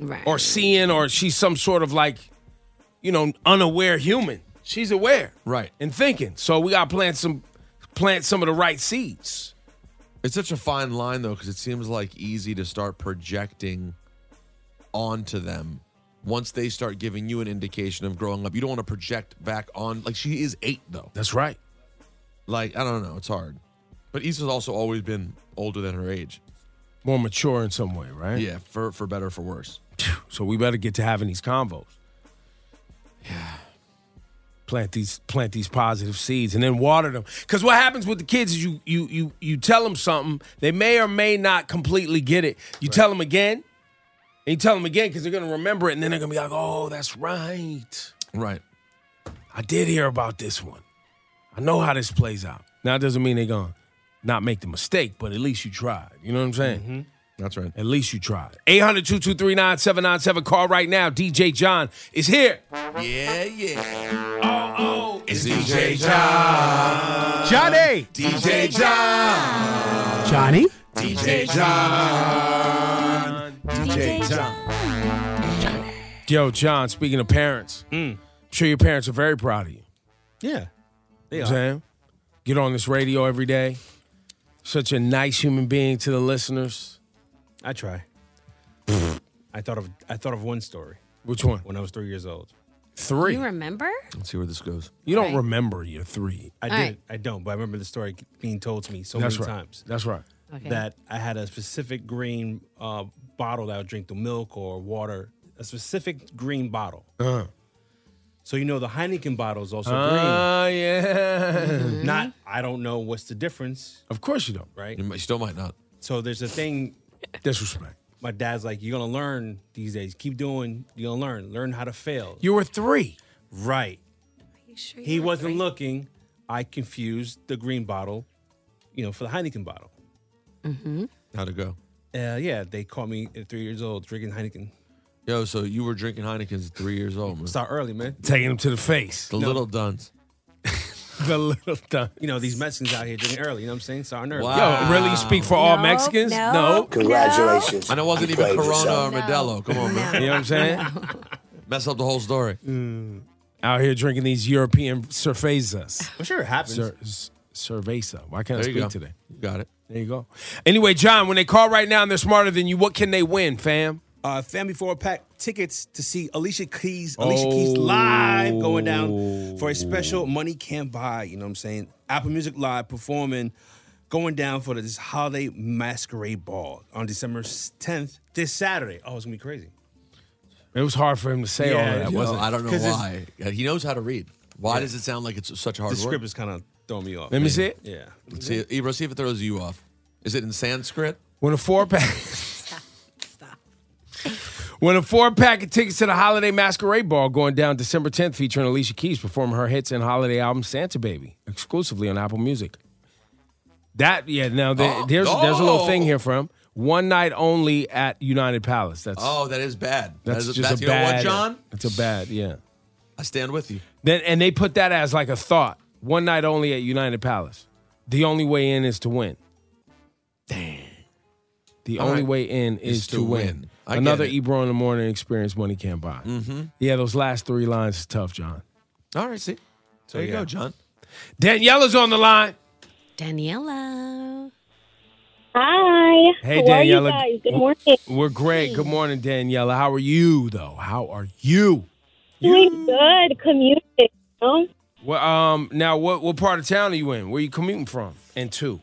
Speaker 5: right,
Speaker 4: or seeing, or she's some sort of like, you know, unaware human. She's aware,
Speaker 10: right,
Speaker 4: and thinking. So we got to plant some, plant some of the right seeds.
Speaker 10: It's such a fine line though, because it seems like easy to start projecting onto them once they start giving you an indication of growing up. You don't want to project back on. Like she is eight though.
Speaker 4: That's right.
Speaker 10: Like I don't know, it's hard. But Issa's also always been older than her age.
Speaker 4: More mature in some way, right?
Speaker 10: Yeah, for for better or for worse.
Speaker 4: So we better get to having these convos. Plant these plant these positive seeds and then water them. Cause what happens with the kids is you you you you tell them something, they may or may not completely get it. You tell them again, and you tell them again because they're gonna remember it, and then they're gonna be like, oh, that's right.
Speaker 10: Right.
Speaker 4: I did hear about this one. I know how this plays out. Now it doesn't mean they're gonna not make the mistake, but at least you tried. You know what I'm saying?
Speaker 10: Mm-hmm. That's right.
Speaker 4: At least you tried. 800 223 9797. Call right now. DJ John is here.
Speaker 10: Yeah, yeah.
Speaker 4: Oh, oh.
Speaker 10: It's DJ John.
Speaker 4: Johnny.
Speaker 10: DJ John.
Speaker 15: Johnny?
Speaker 10: DJ John. DJ John.
Speaker 4: Yo, John, speaking of parents,
Speaker 10: Mm.
Speaker 4: I'm sure your parents are very proud of you.
Speaker 3: Yeah.
Speaker 4: You know what I'm saying? Get on this radio every day. Such a nice human being to the listeners.
Speaker 3: I try. I thought of I thought of one story.
Speaker 4: Which one?
Speaker 3: When I was three years old.
Speaker 4: Three.
Speaker 5: You remember?
Speaker 10: Let's see where this goes.
Speaker 4: You don't remember your three.
Speaker 3: I
Speaker 5: All
Speaker 3: did.
Speaker 5: right.
Speaker 3: I don't, but I remember the story being told to me so
Speaker 4: That's
Speaker 3: many
Speaker 4: right.
Speaker 3: times.
Speaker 4: That's right.
Speaker 5: Okay.
Speaker 3: That I had a specific green uh, bottle that I would drink the milk or water. A specific green bottle.
Speaker 4: Uh-huh.
Speaker 3: So you know the Heineken bottle is also
Speaker 4: Ah, yeah.
Speaker 3: green. Not. I don't know what's the difference.
Speaker 4: Of course you don't.
Speaker 3: Right.
Speaker 10: You might- still might not.
Speaker 3: So there's a thing.
Speaker 4: Disrespect.
Speaker 3: My dad's like, you're gonna learn these days. Keep doing. You're gonna learn. Learn how to fail.
Speaker 4: You were three.
Speaker 3: Right. he wasn't looking. I confused the green bottle, you know, for the Heineken bottle.
Speaker 10: Mm-hmm. How'd it go?
Speaker 3: Uh, yeah, they caught me at three years old drinking Heineken.
Speaker 10: Yo, so you were drinking Heineken's at three years old, man.
Speaker 3: Start early, man.
Speaker 4: Taking him to the face.
Speaker 10: The
Speaker 3: No.
Speaker 10: little duns.
Speaker 4: the little duns.
Speaker 3: You know, these Mexicans out here drinking early. You know what I'm saying? Starting early.
Speaker 4: Yo, really? You speak for all Mexicans? No.
Speaker 10: I know it wasn't even Corona or Modelo. Come on, man.
Speaker 4: You know what I'm saying?
Speaker 10: Mess up the whole story.
Speaker 4: Mm. Out here drinking these European cervezas.
Speaker 3: I'm sure it happens.
Speaker 4: Cer- s- cerveza. Why can't I
Speaker 10: There you
Speaker 4: speak
Speaker 10: go.
Speaker 4: today?
Speaker 10: You got it.
Speaker 4: There you go. Anyway, John, when they call right now and they're smarter than you, what can they win, fam?
Speaker 15: Uh, family four pack tickets to see Alicia Keys. Alicia Keys live going down for a
Speaker 10: Oh.
Speaker 15: special money can't buy. You know what I'm saying? Apple Music Live performing, going down for this holiday masquerade ball on December 10th, this Saturday. Oh, it's gonna be crazy.
Speaker 4: It was hard for him to say all of that, wasn't it?
Speaker 10: I don't know
Speaker 15: 'Cause it's-
Speaker 10: why. Yeah, He knows how to read. Why does it sound like it's such hard
Speaker 3: The
Speaker 10: work?
Speaker 3: script is kind of throwing me off.
Speaker 4: Let me see it.
Speaker 3: Yeah.
Speaker 10: Let's see, Ebro, see if it throws you off. Is it in Sanskrit?
Speaker 4: When a four pack. When a four pack of tickets to the Holiday Masquerade Ball going down December 10th, featuring Alicia Keys performing her hits and holiday album Santa Baby exclusively on Apple Music. That yeah, now there-
Speaker 10: Oh,
Speaker 4: there's there's a little
Speaker 10: no.
Speaker 4: thing here from one night only at United Palace. That's
Speaker 10: Oh, that is bad. That
Speaker 4: that's
Speaker 10: is-
Speaker 4: just
Speaker 10: that's-
Speaker 4: a
Speaker 10: you know
Speaker 4: bad.
Speaker 10: what, John?
Speaker 4: It's a bad yeah.
Speaker 10: I stand with you.
Speaker 4: Then and they put that as like a thought. One night only at United Palace. The only way in is to win. Dang. The
Speaker 10: All
Speaker 4: only
Speaker 10: right.
Speaker 4: way in is, to, win.
Speaker 10: I get
Speaker 4: Another
Speaker 10: it.
Speaker 4: Ebro in the morning experience money can't buy. Mm-hmm. Yeah, those last three lines is tough, John.
Speaker 10: All right, see. there you
Speaker 4: yeah.
Speaker 10: go, John.
Speaker 4: Daniela's on the line.
Speaker 5: Daniela.
Speaker 8: Hi.
Speaker 4: Hey,
Speaker 8: How are you
Speaker 4: Daniela.
Speaker 8: guys? Good
Speaker 4: W-
Speaker 8: morning.
Speaker 4: We're great. Good morning, Daniela. How are you though? How are you?
Speaker 8: Doing good. Commuting. You know?
Speaker 4: Well, um, now what what part of town are you in? Where you commuting from? And two.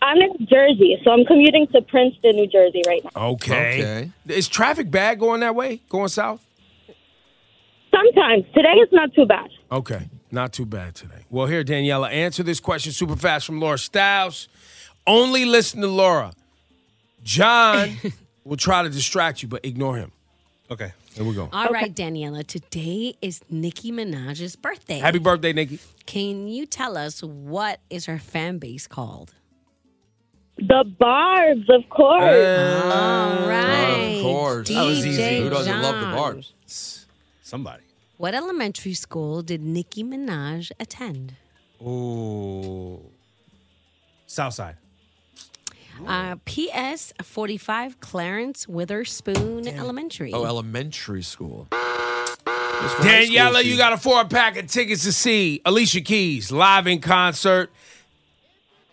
Speaker 8: I'm in Jersey, so I'm commuting to Princeton, New Jersey right now.
Speaker 4: Okay. Is traffic bad going that way? Going south?
Speaker 8: Sometimes. Today it's not too bad.
Speaker 4: Okay, not too bad today. Well, here, Daniela, answer this question super fast from Laura Stiles. Only listen to Laura. John will try to distract you, but ignore him.
Speaker 3: Okay.
Speaker 4: Here we go.
Speaker 5: All right, Daniela. Today is Nicki Minaj's birthday.
Speaker 4: Happy birthday, Nikki.
Speaker 5: Can you tell us what is her fan base called?
Speaker 8: The Barbs, of course.
Speaker 5: All right.
Speaker 10: Of course.
Speaker 5: DJ
Speaker 10: Who doesn't love the
Speaker 5: John.
Speaker 10: barbs?
Speaker 3: Somebody.
Speaker 5: What elementary school did Nicki Minaj attend?
Speaker 3: Ooh.
Speaker 15: Southside.
Speaker 5: Uh, P.S. 45 Clarence Witherspoon Elementary.
Speaker 10: Oh, elementary school.
Speaker 4: Daniela, you got a four pack of tickets to see Alicia Keys live in concert.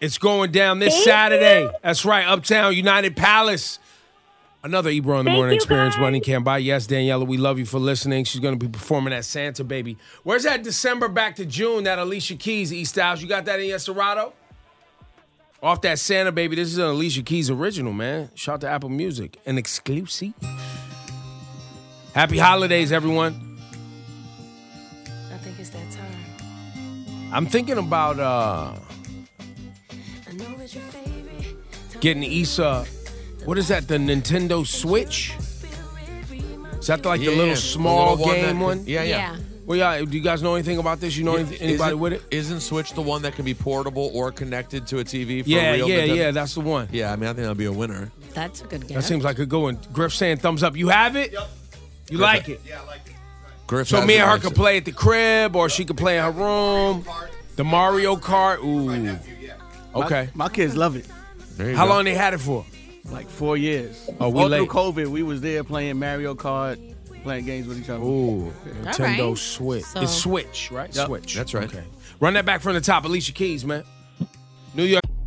Speaker 4: It's going down this
Speaker 5: Thank
Speaker 4: Saturday. That's right, Uptown United Palace. Another Ebro in the
Speaker 16: Thank
Speaker 4: Morning
Speaker 16: you,
Speaker 4: Experience
Speaker 16: guys.
Speaker 4: money can buy. Yes, Daniela, we love you for listening. She's going to be performing at Santa Baby. Where's that December back to June? That Alicia Keys East Styles. You got that in your Serato? Off that Santa Baby. This is an Alicia Keys original, man. Shout to Apple Music, an exclusive. Happy holidays, everyone.
Speaker 17: I think it's that time.
Speaker 4: I'm thinking about uh getting Issa. What is that? The Nintendo Switch? Is that like the
Speaker 10: Yeah,
Speaker 4: little
Speaker 10: the
Speaker 4: small
Speaker 10: little one that
Speaker 4: game
Speaker 10: could-
Speaker 4: one?
Speaker 10: yeah, yeah. Yeah.
Speaker 4: Well, yeah. Do you guys know anything about this? You know anyth- anybody
Speaker 10: isn't,
Speaker 4: with it?
Speaker 10: Isn't Switch the one that can be portable or connected to a TV for
Speaker 4: Yeah,
Speaker 10: real?
Speaker 4: yeah,
Speaker 10: Nintendo?
Speaker 4: yeah. That's the one.
Speaker 10: Yeah, I mean, I think that'll be a winner.
Speaker 5: That's a good guess.
Speaker 4: That seems like a good one. Griff saying thumbs up. You have it. Yep. You
Speaker 10: Griff-
Speaker 4: like it.
Speaker 10: Griff
Speaker 4: So
Speaker 10: has
Speaker 4: me
Speaker 10: it,
Speaker 4: and her
Speaker 10: likes
Speaker 4: could
Speaker 10: it.
Speaker 4: play at the crib, or she could play in her room. The Mario Kart. Ooh. Okay.
Speaker 18: My, my kids love it.
Speaker 4: you How go. long they had it for?
Speaker 18: Like four years.
Speaker 4: Oh, we
Speaker 18: All
Speaker 4: late.
Speaker 18: through COVID, we was there playing Mario Kart, playing games with each other.
Speaker 4: Ooh, Nintendo
Speaker 18: right.
Speaker 4: Switch.
Speaker 18: So-
Speaker 4: It's Switch, right?
Speaker 18: Yep.
Speaker 4: Switch.
Speaker 10: That's right.
Speaker 4: Okay. Run that back from the top. Alicia Keys, man. New York.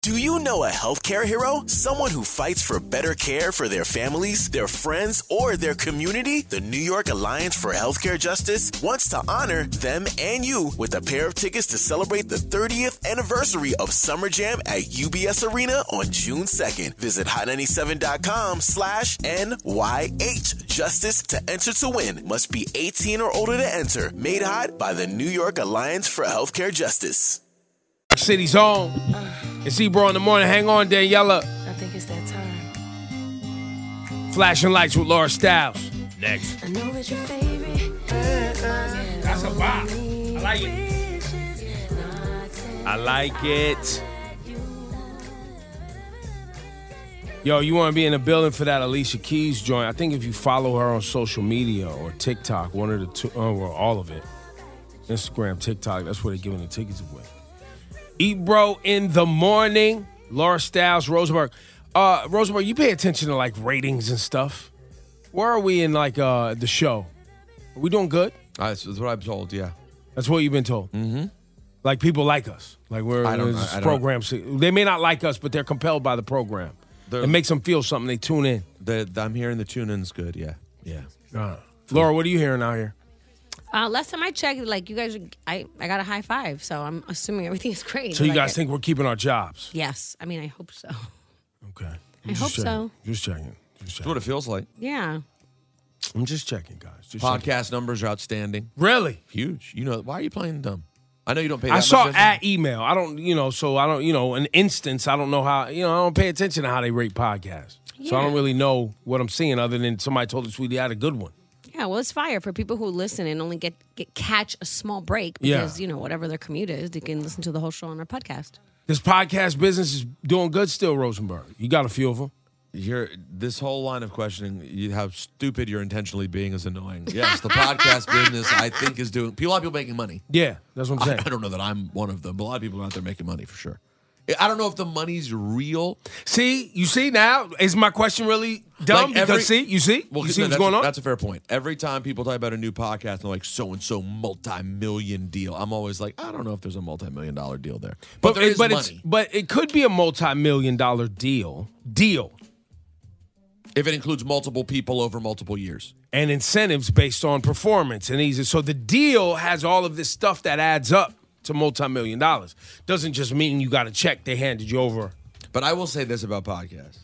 Speaker 1: Do you know a healthcare hero? Someone who fights for better care for their families, their friends, or their community? The New York Alliance for Healthcare Justice wants to honor them and you with a pair of tickets to celebrate the 30th anniversary of Summer Jam at UBS Arena on June 2nd. Visit hot97.com slash NYH Justice to enter to win. Must be 18 or older to enter. Made hot by the New York Alliance for Healthcare Justice.
Speaker 4: City's on. It's Ebro in the morning. Hang on, Daniela.
Speaker 17: I think it's that time.
Speaker 4: Flashing lights with Laura Styles. Next.
Speaker 17: I know it's your favorite. That's
Speaker 4: a vibe. I like
Speaker 17: it.
Speaker 4: I like it. Yo, you want to be in the building for that Alicia Keys joint? I think if you follow her on social media or TikTok, one of the two, uh, or all of it, Instagram, TikTok, that's where they're giving the tickets away. Ebro in the morning, Laura Styles, Rosenberg. Uh, Rosenberg, you pay attention to like ratings and stuff. Where are we in like uh the show? Are we doing good?
Speaker 10: Uh, that's, that's what I'm told. Yeah.
Speaker 4: That's what you've been told. Mm-hmm. Like people like us. Like we're
Speaker 10: I don't know.
Speaker 4: this
Speaker 10: I don't-
Speaker 4: program. They may not like us, but they're compelled by the program. it makes them feel something. They tune in.
Speaker 10: The, the- I'm hearing the tune in's good. Yeah. Yeah.
Speaker 4: Laura, what are you hearing out here?
Speaker 5: Uh, last time I checked, like you guys, are- I, I got a high five, so I'm assuming everything is great.
Speaker 4: So you
Speaker 5: Like,
Speaker 4: guys think we're keeping our jobs?
Speaker 5: Yes, I mean I hope so.
Speaker 4: Okay.
Speaker 5: I hope so.
Speaker 4: Just checking. That's
Speaker 10: what it feels like.
Speaker 5: Yeah.
Speaker 4: I'm just checking, guys. Just
Speaker 10: Podcast numbers are outstanding.
Speaker 4: Really?
Speaker 10: Huge. You know, why are you playing dumb? I know you don't pay that
Speaker 4: I saw
Speaker 10: much attention.
Speaker 4: at email. I don't, you know, so I don't, you know, an instance. I don't know how, you know, I don't pay attention to how they rate podcasts. So I
Speaker 5: Yeah.
Speaker 4: don't really know what I'm seeing other than somebody told us we had a good one.
Speaker 5: Yeah, well, it's fire for people who listen and only get, get catch a small break
Speaker 4: Yeah.
Speaker 5: because you know whatever their commute is, they can listen to the whole show on our podcast.
Speaker 4: This podcast business is doing good still, Rosenberg. You got a few of them.
Speaker 10: You're this whole line of questioning. You, how stupid you're intentionally being is annoying. Yes, the podcast business I think is doing. A lot of people making money.
Speaker 4: Yeah, that's what I'm
Speaker 10: I-
Speaker 4: saying.
Speaker 10: I, don't know that I'm one of them, but a lot of people out there making money for sure. I- I don't know if the money's real.
Speaker 4: See, you see now is my question really dumb? Because see, you see, you see what's
Speaker 10: that's-
Speaker 4: going on.
Speaker 10: That's a fair point. Every time people talk about a new podcast, and they're like so and so multi-million deal. I'm always like, I don't know if there's a multi-million dollar deal there, but, there
Speaker 4: it-
Speaker 10: is
Speaker 4: but
Speaker 10: money.
Speaker 4: it's but it could be a multi-million dollar deal deal
Speaker 10: if it includes multiple people over multiple years.
Speaker 4: and incentives based on performance and easy. So the deal has all of this stuff that adds up to multi-million dollars. Doesn't just mean you got a check they handed you over.
Speaker 10: But I will say this about podcasts.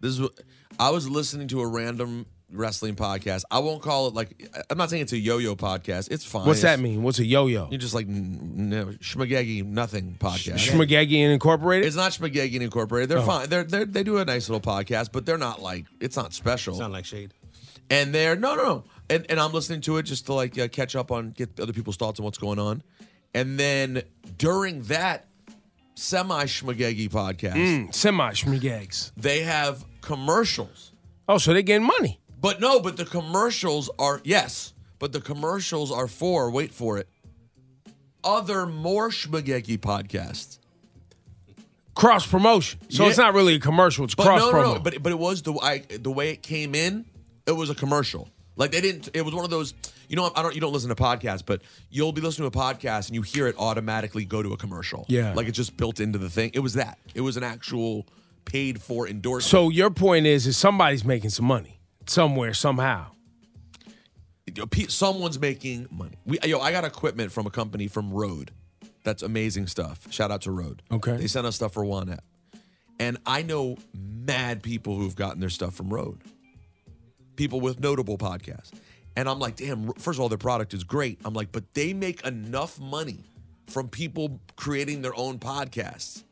Speaker 10: This is what I was listening to a random wrestling podcast. I won't call it like I- I'm not saying it's a yo-yo podcast. It's fine.
Speaker 4: What's that
Speaker 10: It's-
Speaker 4: mean? What's a yo-yo?
Speaker 10: You're just like n- n- schmageggy nothing podcast.
Speaker 4: Schmagaggy Incorporated.
Speaker 10: It's not Schmageggy Incorporated. They're
Speaker 4: Oh.
Speaker 10: fine. They're, they're they do a nice little podcast, but they're not like it's not special. Sound
Speaker 15: like shade.
Speaker 10: And they're no no no. And and I'm listening to it just to like uh, catch up on get other people's thoughts on what's going on. And then during that semi Schmageggy podcast,
Speaker 4: Mm, semi schmagags.
Speaker 10: they have commercials.
Speaker 4: Oh, so they getting money.
Speaker 10: But no, but the commercials are yes, but the commercials are for wait for it. Other more Schmageggy podcasts.
Speaker 4: Cross promotion. So
Speaker 10: Yeah.
Speaker 4: it's not really a commercial. It's
Speaker 10: But
Speaker 4: cross
Speaker 10: no, no,
Speaker 4: promo.
Speaker 10: no, but but it was the I, the way it came in. It was a commercial. Like they didn't. It was one of those. You know, I don't. You don't listen to podcasts, but you'll be listening to a podcast and you hear it automatically go to a commercial.
Speaker 4: Yeah.
Speaker 10: like it's just built into the thing. It was that. It was an actual paid for endorsement.
Speaker 4: So your point is, is somebody's making some money somewhere somehow.
Speaker 10: Yo, pe- someone's making money. We, yo, I got equipment from a company from Rode. That's amazing stuff. Shout out to Rode.
Speaker 4: Okay.
Speaker 10: They sent us stuff for One App. And I know mad people who've gotten their stuff from Rode. People with notable podcasts. And I'm like, damn, first of all, their product is great. I'm like, but they make enough money from people creating their own podcasts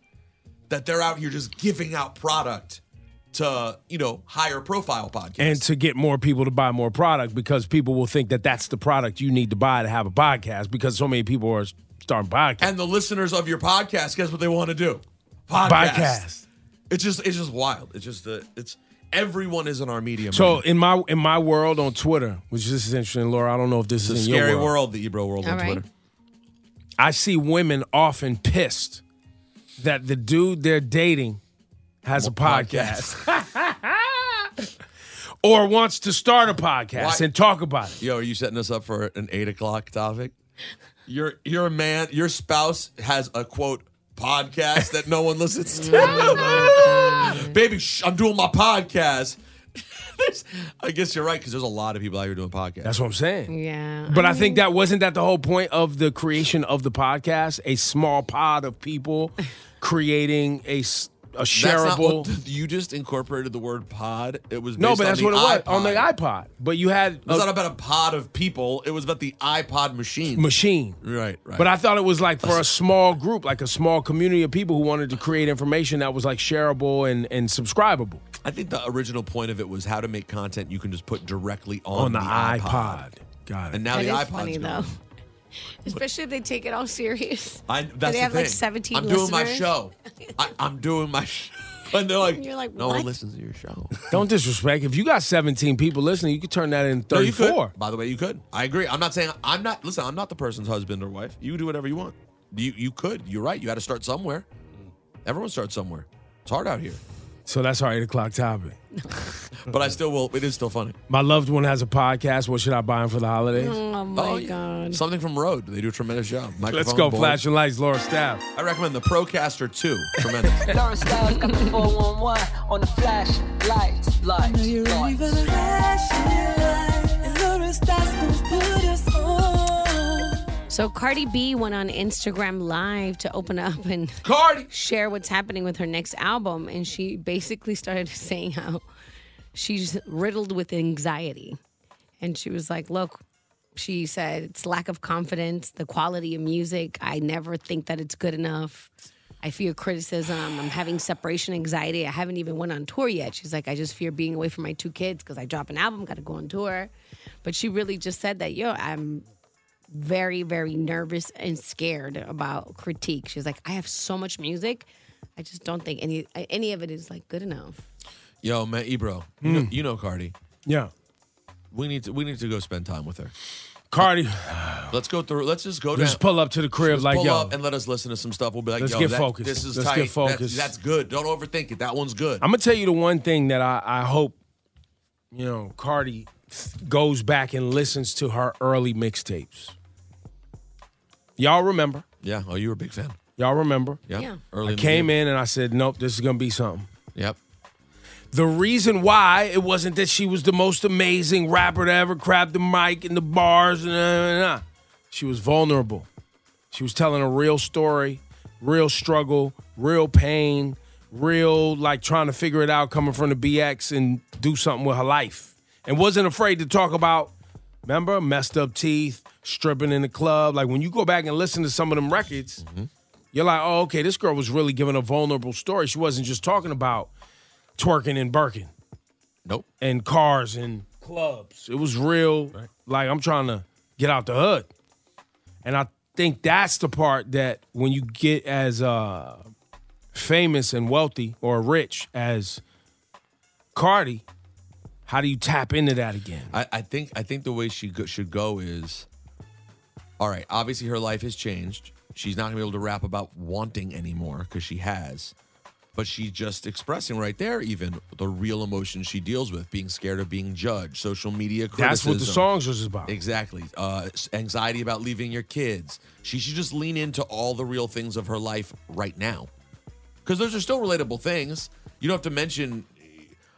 Speaker 10: that they're out here just giving out product to, you know, higher profile podcasts.
Speaker 4: And to get more people to buy more product because people will think that that's the product you need to buy to have a podcast because so many people are starting podcasts.
Speaker 10: and the listeners of your podcast, guess what they want to do? Podcast.
Speaker 4: Podcast.
Speaker 10: It's just it's just wild. It's just the it's everyone is in our medium.
Speaker 4: So in my in my world on Twitter, which this is interesting, Laura, I don't know if this
Speaker 10: it's a
Speaker 4: is in your
Speaker 10: scary world. the Ebro world
Speaker 4: All
Speaker 10: on
Speaker 4: right.
Speaker 10: Twitter.
Speaker 4: I see women often pissed that the dude they're dating has a podcast, or wants to start a podcast
Speaker 10: Why-
Speaker 4: and talk about it.
Speaker 10: Yo, are you setting us up for an eight o'clock topic? Your your man, your spouse has a quote podcast that no one listens to. Baby, shh, I'm doing my podcast. There's- I guess you're right because there's a lot of people out here doing podcasts.
Speaker 4: That's what I'm saying.
Speaker 5: Yeah.
Speaker 4: But I think that wasn't that the whole point of the creation of the podcast? A small pod of people creating a, s- a
Speaker 10: That's
Speaker 4: shareable.
Speaker 10: not what the- you just incorporated the word pod. It was
Speaker 4: no,
Speaker 10: based
Speaker 4: but
Speaker 10: on
Speaker 4: that's
Speaker 10: the
Speaker 4: what it was
Speaker 10: iPod.
Speaker 4: on the iPod. But you had
Speaker 10: It was not about a pod of people. It was about the iPod machine.
Speaker 4: machine.
Speaker 10: Right, right.
Speaker 4: But I thought it was like for a small group, like a small community of people who wanted to create information that was like shareable and, and subscribable.
Speaker 10: I think the original point of it was how to make content you can just put directly on,
Speaker 4: On the iPod. Got
Speaker 10: And now
Speaker 5: That
Speaker 10: the
Speaker 5: is
Speaker 10: iPod's
Speaker 5: funny
Speaker 10: gone.
Speaker 5: though. Especially if they take it all serious.
Speaker 10: I, that's the
Speaker 5: they have,
Speaker 10: thing.
Speaker 5: like, 17
Speaker 10: I'm doing my
Speaker 5: listeners?
Speaker 10: show. I, I'm doing my show. And they're like,
Speaker 5: And you're like,
Speaker 10: no
Speaker 5: what?
Speaker 10: one listens to your show.
Speaker 4: Don't disrespect. If you got 17 people listening, you could turn that in
Speaker 10: No, you
Speaker 4: 34.
Speaker 10: could. By the way, you could. I agree. I'm not saying I'm not. Listen, I'm not the person's husband or wife. You do whatever you want. You you could. You're right. You got to start somewhere. Everyone starts somewhere. It's hard out here,
Speaker 4: So that's our eight o'clock topic.
Speaker 10: but I still will. It is still funny.
Speaker 4: My loved one has a podcast. What should I buy him for the holidays?
Speaker 10: Oh, yeah. Something from Road. They do a tremendous job.
Speaker 4: Let's
Speaker 10: Microphone
Speaker 4: go.
Speaker 10: board.
Speaker 4: Flashing lights, Laura Staff.
Speaker 10: I recommend the Procaster 2. Tremendous.
Speaker 12: Laura Styles got the 411 on the flash lights, lights, lights.
Speaker 5: So Cardi B went on Instagram Live to open up and
Speaker 10: Cardi
Speaker 5: share what's happening with her next album, and she basically started saying how she's riddled with anxiety, and she was like, "Look." She said, it's lack of confidence, the quality of music. I never think that it's good enough. I fear criticism. I'm having separation anxiety. I haven't even went on tour yet. She's like, I just fear being away from my two kids because I drop an album, got to go on tour. But she really just said that, yo, I'm very, very nervous and scared about critique. She's like, I have so much music. I just don't think any any of it is like good enough.
Speaker 10: Yo, man, Ebro. You,
Speaker 4: Hmm.
Speaker 10: know, you know Cardi.
Speaker 4: Yeah.
Speaker 10: We need to we need to go spend time with her.
Speaker 4: Cardi.
Speaker 10: Let's go through. Let's just go down.
Speaker 4: Just pull up to the crib
Speaker 10: Let's
Speaker 4: like,
Speaker 10: pull
Speaker 4: yo.
Speaker 10: up and let us listen to some stuff. We'll be like,
Speaker 4: Let's
Speaker 10: yo,
Speaker 4: get
Speaker 10: that-
Speaker 4: focused.
Speaker 10: this is
Speaker 4: Let's
Speaker 10: tight.
Speaker 4: get focused.
Speaker 10: That's, that's good. Don't overthink it. That one's good.
Speaker 4: I'm gonna tell you the one thing that I, I hope, you know, Cardi goes back and listens to her early mixtapes. Y'all remember?
Speaker 10: yeah. Oh, you were a big fan.
Speaker 4: Y'all remember?
Speaker 10: Yep. Yeah. Early
Speaker 4: Early I
Speaker 10: in the
Speaker 4: came in and I said, nope, this is gonna be something.
Speaker 10: Yep.
Speaker 4: The reason why it wasn't that she was the most amazing rapper to ever grab the mic in the bars and she was vulnerable. She was telling a real story, real struggle, real pain, real like trying to figure it out coming from the BX and do something with her life. and wasn't afraid to talk about, remember, messed up teeth, stripping in the club. Like when you go back and listen to some of them records, you're like, oh, okay, this girl was really giving a vulnerable story. She wasn't just talking about twerking and Birkin.
Speaker 10: Nope.
Speaker 4: And cars and clubs. It was real. Like I'm trying to get out the hood. And I think that's the part that when you get as uh famous and wealthy or rich as Cardi, how do you tap into that again?
Speaker 10: I, I think I think the way she go, should go is, all right. Obviously, her life has changed. She's not gonna be able to rap about wanting anymore because she has, but she's just expressing right there even the real emotions she deals with: being scared of being judged, social media criticism.
Speaker 4: That's what the songs was about.
Speaker 10: Exactly. Uh, s- anxiety about leaving your kids. She should just lean into all the real things of her life right now. Because those are still relatable things. You don't have to mention,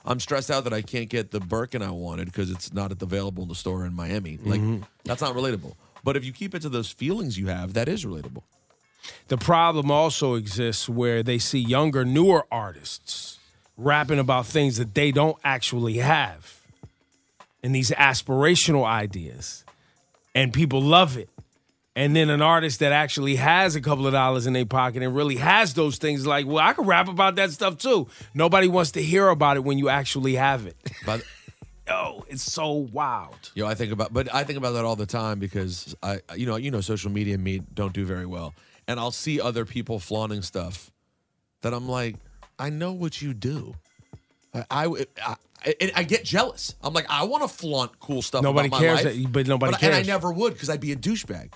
Speaker 10: I'm stressed out that I can't get the Birkin I wanted because it's not available in the store in Miami.
Speaker 16: Mm-hmm.
Speaker 10: Like, that's not relatable. But if you keep it to those feelings you have, that is relatable.
Speaker 4: The problem also exists where they see younger, newer artists rapping about things that they don't actually have and these aspirational ideas, and people love it. And then an artist that actually has a couple of dollars in their pocket and really has those things, like, well, I can rap about that stuff too. Nobody wants to hear about it when you actually have it.
Speaker 10: But
Speaker 4: yo, it's so wild.
Speaker 10: Yo, I think about, but I think about that all the time because I, you know, you know, social media and me don't do very well, and I'll see other people flaunting stuff that I'm like, I know what you do. I, I, I, I- I get jealous. I'm like, I want to flaunt cool stuff.
Speaker 4: Nobody
Speaker 10: about my
Speaker 4: cares
Speaker 10: life,
Speaker 4: that- but nobody
Speaker 10: And I
Speaker 4: cares.
Speaker 10: never would because I'd be a douchebag.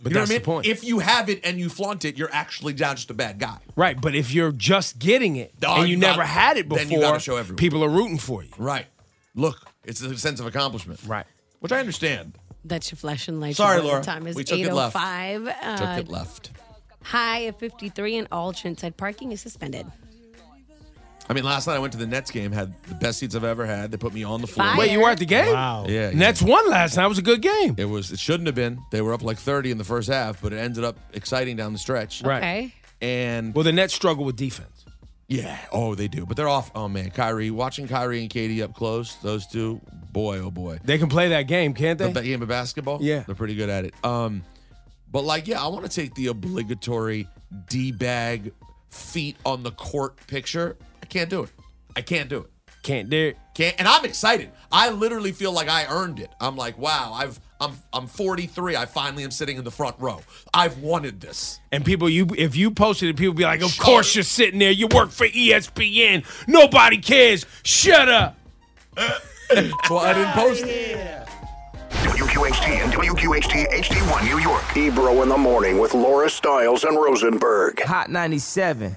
Speaker 4: But
Speaker 10: you know
Speaker 4: that's
Speaker 10: what I mean?
Speaker 4: the point.
Speaker 10: If you have it and you flaunt it, you're actually not just a bad guy.
Speaker 4: Right, but if you're just getting it
Speaker 10: Oh,
Speaker 4: and you,
Speaker 10: you got-
Speaker 4: never had it before,
Speaker 10: then you gotta show everyone.
Speaker 4: people are rooting for you.
Speaker 10: Right. Look, it's a sense of accomplishment.
Speaker 4: Right.
Speaker 10: Which I understand.
Speaker 5: That's your flashing light.
Speaker 10: Sorry,
Speaker 5: Report.
Speaker 10: Laura.
Speaker 5: The time is
Speaker 10: We took it left.
Speaker 5: 8.05. Uh,
Speaker 10: Took it left.
Speaker 5: high of 53 and all Trinidad parking is suspended.
Speaker 10: I mean, last night I went to the Nets game, had the best seats I've ever had. They put me on the floor.
Speaker 4: Wait, you were at the game? Wow.
Speaker 10: Yeah.
Speaker 4: Nets won last night. It was a good game.
Speaker 10: It was. It shouldn't have been. They were up like 30 in the first half, but it ended up exciting down the stretch.
Speaker 4: Right. Okay.
Speaker 10: And
Speaker 4: well, the Nets struggle with defense.
Speaker 10: Yeah. Oh, they do. But they're off. Oh man, Kyrie. Watching Kyrie and Katie up close. Those two. Boy, oh boy.
Speaker 4: They can play that game, can't they?
Speaker 10: That game of basketball.
Speaker 4: Yeah.
Speaker 10: They're pretty good at it. Um, but like, yeah, I want to take the obligatory d bag feet on the court picture. I can't do it. I can't do it.
Speaker 4: Can't do it.
Speaker 10: Can't. And I'm excited. I literally feel like I earned it. I'm like, wow. I've. I'm. I'm 43. I finally am sitting in the front row. I've wanted this.
Speaker 4: And people, you if you posted it, people be like, "Of course you're sitting there. You work for E ESPN. Nobody cares. Shut up."
Speaker 10: well, I didn't post it.
Speaker 9: WQHT and WQHT HD1 New York. Ebro in the morning with Laura Stiles and Rosenberg. Hot 97.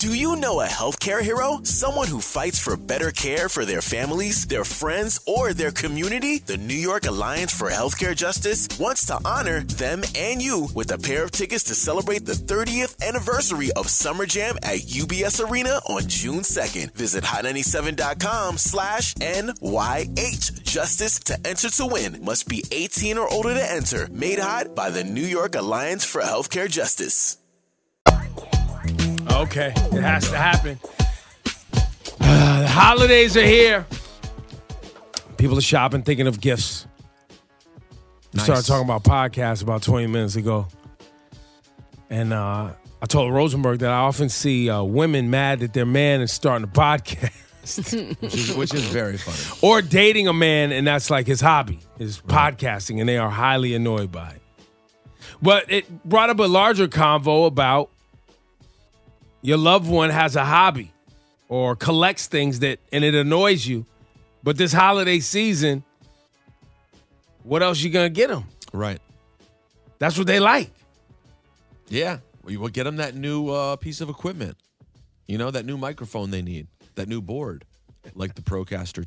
Speaker 1: Do you know a healthcare hero? Someone who fights for better care for their families, their friends, or their community? The New York Alliance for Healthcare Justice wants to honor them and you with a pair of tickets to celebrate the 30th anniversary of Summer Jam at UBS Arena on June 2nd. Visit hot97.com slash NYH Justice to enter to win. Must be 18 or older to enter. Made hot by the New York Alliance for Healthcare Justice.
Speaker 4: Okay, it has to happen. Uh, the holidays are here. People are shopping, thinking of gifts. We
Speaker 10: Nice.
Speaker 4: started talking about podcasts about 20 minutes ago. And uh, I told Rosenberg that I often see uh, women mad that their man is starting a podcast.
Speaker 10: Which is, which is very funny.
Speaker 4: or dating a man and that's like his hobby is podcasting and they are highly annoyed by it but it brought up a larger convo about your loved one has a hobby or collects things that and it annoys you but this holiday season what else you gonna get them
Speaker 10: Right.
Speaker 4: that's what they like
Speaker 10: Yeah. Well, you will get them that new uh, piece of equipment. You know, that new microphone they need, that new board, like the Procaster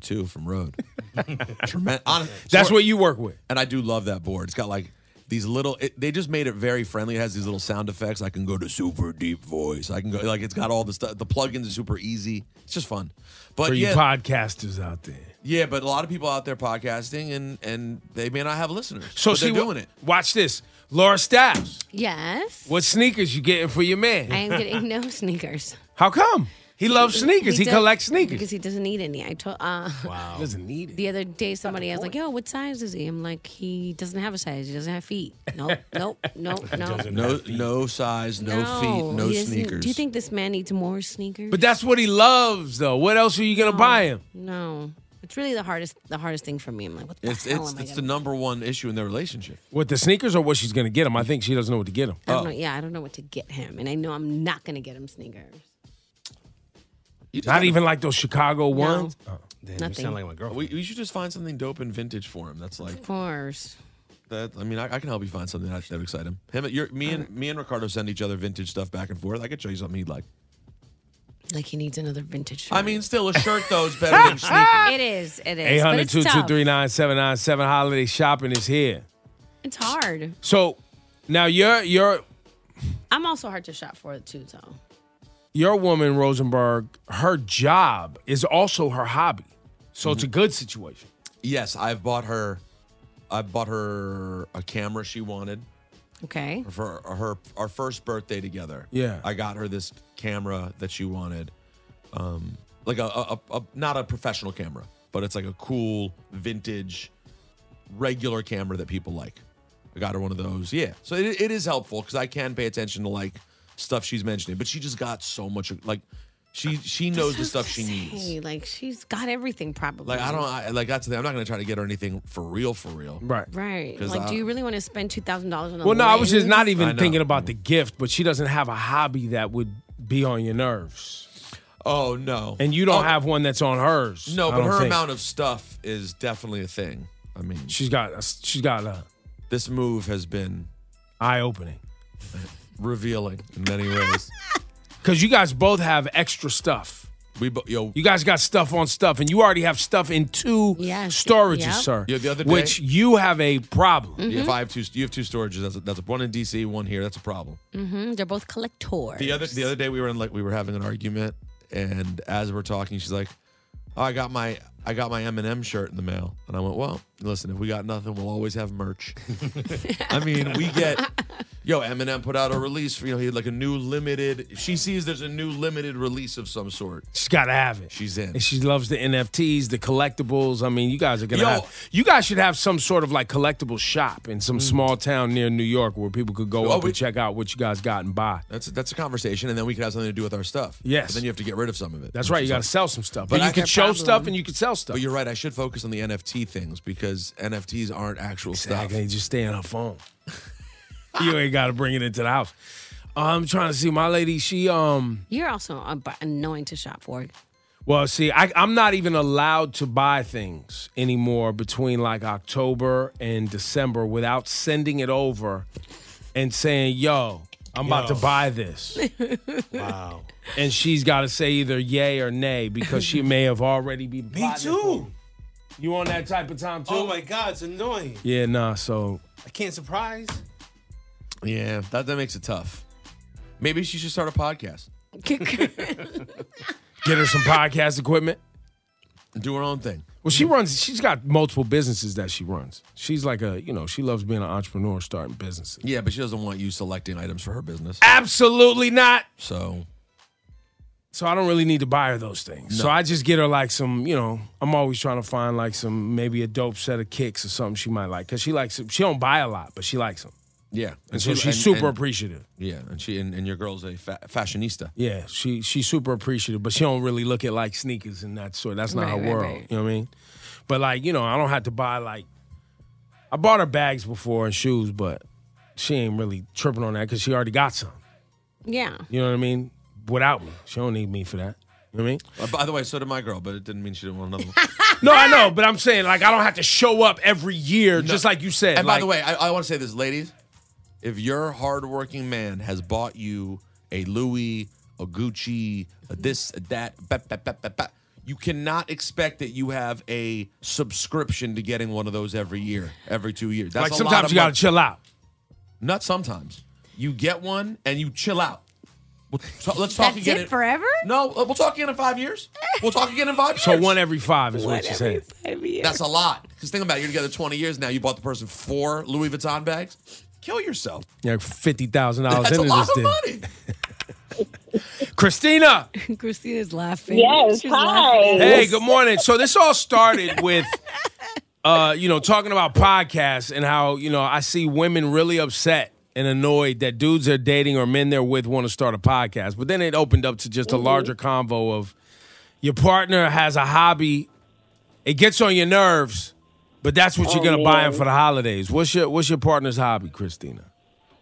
Speaker 10: 2 from Rode. Tremen- hon-
Speaker 4: That's what you work with.
Speaker 10: And I do love that board. It's got like these little. It, they just made it very friendly. It has these little sound effects. I can go to super deep voice. I can go like it's got all the stuff. The plugins are super easy. It's just fun. But
Speaker 4: for
Speaker 10: yeah,
Speaker 4: you podcasters out there.
Speaker 10: yeah, but a lot of people out there podcasting and and they may not have listeners.
Speaker 4: So
Speaker 10: but
Speaker 4: see,
Speaker 10: they're
Speaker 4: wa-
Speaker 10: doing it.
Speaker 4: Watch this, Laura Stiles.
Speaker 5: Yes.
Speaker 4: What sneakers you getting for your man?
Speaker 5: I am getting no sneakers.
Speaker 4: How come? He loves sneakers. He,
Speaker 5: does-
Speaker 4: collects sneakers.
Speaker 5: because he doesn't need any. I told. Uh,
Speaker 4: Wow. He doesn't need
Speaker 5: The other day, somebody I was like, "Yo, what size is he?" I'm like, "He doesn't have a size. He doesn't have feet. Nope, nope, nope, no,
Speaker 10: No, no size, no, feet, no
Speaker 5: he doesn't-
Speaker 10: sneakers.
Speaker 5: Do you think this man needs more sneakers?
Speaker 4: But that's what he loves, though. What else are you
Speaker 5: Oh.
Speaker 4: gonna buy him?
Speaker 5: no, it's really the hardest. The hardest thing for me. I'm like, what the
Speaker 10: It's
Speaker 5: hell
Speaker 10: it's,
Speaker 5: am I
Speaker 10: it's the number one issue in their relationship.
Speaker 4: What the sneakers or what she's gonna get him? I think she doesn't know what to get him.
Speaker 5: I
Speaker 10: Oh.
Speaker 5: don't know. Yeah, I don't know what to get him, and I know I'm not gonna get him sneakers.
Speaker 4: Not even like those Chicago ones.
Speaker 10: Damn,
Speaker 5: Nothing. Oh, sound like my
Speaker 10: girlfriend. We, we should just find something dope and vintage for him. That's like
Speaker 5: Of course.
Speaker 10: that. I mean, I, I can help you find something that that excite him. Him, you me and me and Ricardo send each other vintage stuff back and forth. I could show you something he'd like.
Speaker 5: Like he needs another vintage. Shirt.
Speaker 10: I mean, still a shirt though is better than sneakers.
Speaker 5: It is. It is.
Speaker 4: Eight
Speaker 5: but
Speaker 4: hundred
Speaker 5: it's
Speaker 4: two two
Speaker 5: tough.
Speaker 4: three nine seven nine seven. Holiday shopping is here.
Speaker 5: It's hard.
Speaker 4: So now your your
Speaker 5: I'm also hard to shop for too, though.
Speaker 4: your woman Rosenberg, her job is also her hobby. So
Speaker 10: Mm-hmm.
Speaker 4: it's a good situation.
Speaker 10: Yes, I've bought her. I bought her a camera she wanted
Speaker 5: Okay.
Speaker 10: for her our first birthday together.
Speaker 4: Yeah.
Speaker 10: I got her this camera that she wanted, um, like a, a, a, a not a professional camera, but it's like a cool vintage, regular camera that people like. I got her one of those. Yeah, so it, it is helpful because I can pay attention to like stuff she's mentioning, but she just got so much like she she knows the stuff she needs.
Speaker 5: Hey, like she's got everything probably.
Speaker 10: Like
Speaker 4: Mm-hmm.
Speaker 10: I don't I, like that's the thing. I'm not gonna try to get her anything for real, for real.
Speaker 4: Right.
Speaker 5: Right.
Speaker 10: 'Cause
Speaker 5: Like,
Speaker 10: I-
Speaker 5: do you really want to spend two thousand dollars on a
Speaker 4: Well, no, I was just
Speaker 5: lens?
Speaker 4: not even
Speaker 10: know. Mm-hmm.
Speaker 4: thinking about the gift, but she doesn't have a hobby that would be on your nerves.
Speaker 10: Oh no.
Speaker 4: And you don't have one that's on hers.
Speaker 10: No,
Speaker 4: I
Speaker 10: but
Speaker 4: don't
Speaker 10: her
Speaker 4: think.
Speaker 10: amount of stuff is definitely a thing. I mean,
Speaker 4: she's got a, she's got a.
Speaker 10: This move has been
Speaker 4: eye opening,
Speaker 10: revealing in many ways.
Speaker 4: Because you guys both have extra stuff.
Speaker 10: We bo- yo,
Speaker 4: You guys got stuff on stuff, and you already have stuff in two storages,
Speaker 10: yep.
Speaker 4: sir.
Speaker 10: Yeah, the other day-
Speaker 4: which you have a problem.
Speaker 5: Mm-hmm.
Speaker 10: If I have two, you have two storages. That's a, that's a, one in DC, one here. That's a problem.
Speaker 5: Mm-hmm. They're both collectors.
Speaker 10: The other the other day we were in like we were having an argument, and as we're talking, she's like, "Oh, I got my I got my M&M shirt in the mail," and I went, "Well, listen, if we got nothing, we'll always have merch." I mean, we get yo Eminem put out a release for you know he had like a new limited. She sees there's a new limited release of some sort.
Speaker 4: She's got to have it.
Speaker 10: She's in.
Speaker 4: And she loves the NFTs, the collectibles. I mean, you guys are gonna
Speaker 10: Yo.
Speaker 4: have. You guys should have some sort of like collectible shop in some small town near New York where people could go
Speaker 10: Mm. Oh,
Speaker 4: up
Speaker 10: we-
Speaker 4: and check out what you guys got and buy.
Speaker 10: That's that's a conversation, and then we could have something to do with our stuff.
Speaker 4: Yes.
Speaker 10: But then you have to get rid of some of it.
Speaker 4: That's
Speaker 10: which
Speaker 4: right.
Speaker 10: is
Speaker 4: You got
Speaker 10: like-
Speaker 4: to sell some stuff,
Speaker 10: But
Speaker 4: but
Speaker 10: I
Speaker 4: you can
Speaker 10: have
Speaker 4: show
Speaker 10: problem.
Speaker 4: stuff and you can sell stuff.
Speaker 10: But you're right. I should focus on the NFT things because NFTs aren't actual
Speaker 4: Exactly. Just stay on her phone. you ain't got to bring it into the house. I'm trying to see my lady. She um.
Speaker 5: You're also a bu- Uh, annoying to shop for.
Speaker 4: Well, see, I, I'm not even allowed to buy things anymore between like October and December without sending it over and saying, "Yo, I'm about to
Speaker 3: Yo.
Speaker 4: buy this." wow. And she's got to say either yay or nay because she may have already be. Me
Speaker 15: too.
Speaker 4: You on that type of time too?
Speaker 15: Oh my God, it's annoying.
Speaker 4: Yeah, nah. So
Speaker 15: I can't surprise.
Speaker 10: stuff. Yeah, that, that makes it tough. Maybe she should start a podcast.
Speaker 4: get her some podcast equipment.
Speaker 10: Do her own thing.
Speaker 4: Well, she runs. She's got multiple businesses that she runs. She's like a, you know, she loves being an entrepreneur, starting businesses.
Speaker 10: Yeah, but she doesn't want you selecting items for her business.
Speaker 4: Absolutely not.
Speaker 10: So
Speaker 4: So I don't really need to buy her those things. So I just get her like some, you know, I'm always trying to find like some maybe a dope set of kicks or something she might like because she likes. She don't buy a lot, but she likes them.
Speaker 10: yeah,
Speaker 4: And so she's super appreciative.
Speaker 10: Yeah, and she and, and your girl's a fa- fashionista.
Speaker 4: Yeah, she she's super appreciative, but she don't really look at like sneakers and that sort. That's not
Speaker 10: Right,
Speaker 4: her
Speaker 10: right,
Speaker 4: world.
Speaker 10: right.
Speaker 4: You know what I mean? But like, you know, I don't have to buy like. I bought her bags before and shoes, but she ain't really tripping on that because she already got some.
Speaker 5: Yeah.
Speaker 4: You know what I mean? Without me, she don't need me for that. You know what I mean?
Speaker 10: Uh, by the way, so did my girl, but it didn't mean she didn't want another one.
Speaker 4: No, I know, but I'm saying like I don't have to show up every year, just like you said.
Speaker 10: And by
Speaker 4: like,
Speaker 10: the way, I, I want to say this, ladies. If your hardworking man has bought you a Louis, a Gucci, a this, a that, ba- ba- ba- ba- ba, you cannot expect that you have a subscription to getting one of those every year, every two years.
Speaker 4: like
Speaker 10: That's a lot
Speaker 4: sometimes
Speaker 10: of
Speaker 4: you gotta
Speaker 10: money.
Speaker 4: chill out.
Speaker 10: Not sometimes. You get one and you chill out. We'll ta- let's talk
Speaker 5: That's
Speaker 10: again.
Speaker 5: it
Speaker 10: in-
Speaker 5: forever?
Speaker 10: No, uh, we'll talk again in five years. We'll talk again in five years.
Speaker 4: So one every five is what you're saying.
Speaker 10: That's a lot. Because think about it, you're together 20 years now. You bought the person four Louis Vuitton bags. Kill yourself.
Speaker 4: You're like fifty thousand dollars
Speaker 10: That's
Speaker 4: into
Speaker 10: a lot
Speaker 4: this
Speaker 10: of
Speaker 4: thing.
Speaker 10: money.
Speaker 4: Christina.
Speaker 5: Christina's laughing.
Speaker 8: Yes,
Speaker 5: She's
Speaker 8: hi.
Speaker 5: laughing at
Speaker 4: Hey,
Speaker 5: us.
Speaker 4: good morning. So this all started with uh, you know, talking about podcasts and how, you know, I see women really upset and annoyed that dudes they're dating or men they're with want to start a podcast. But then it opened up to just a larger convo of your partner has a hobby, it gets on your nerves, but that's what you're
Speaker 8: Oh,
Speaker 4: gonna buy him
Speaker 8: man.
Speaker 4: for the holidays. What's your what's your partner's hobby, Christina?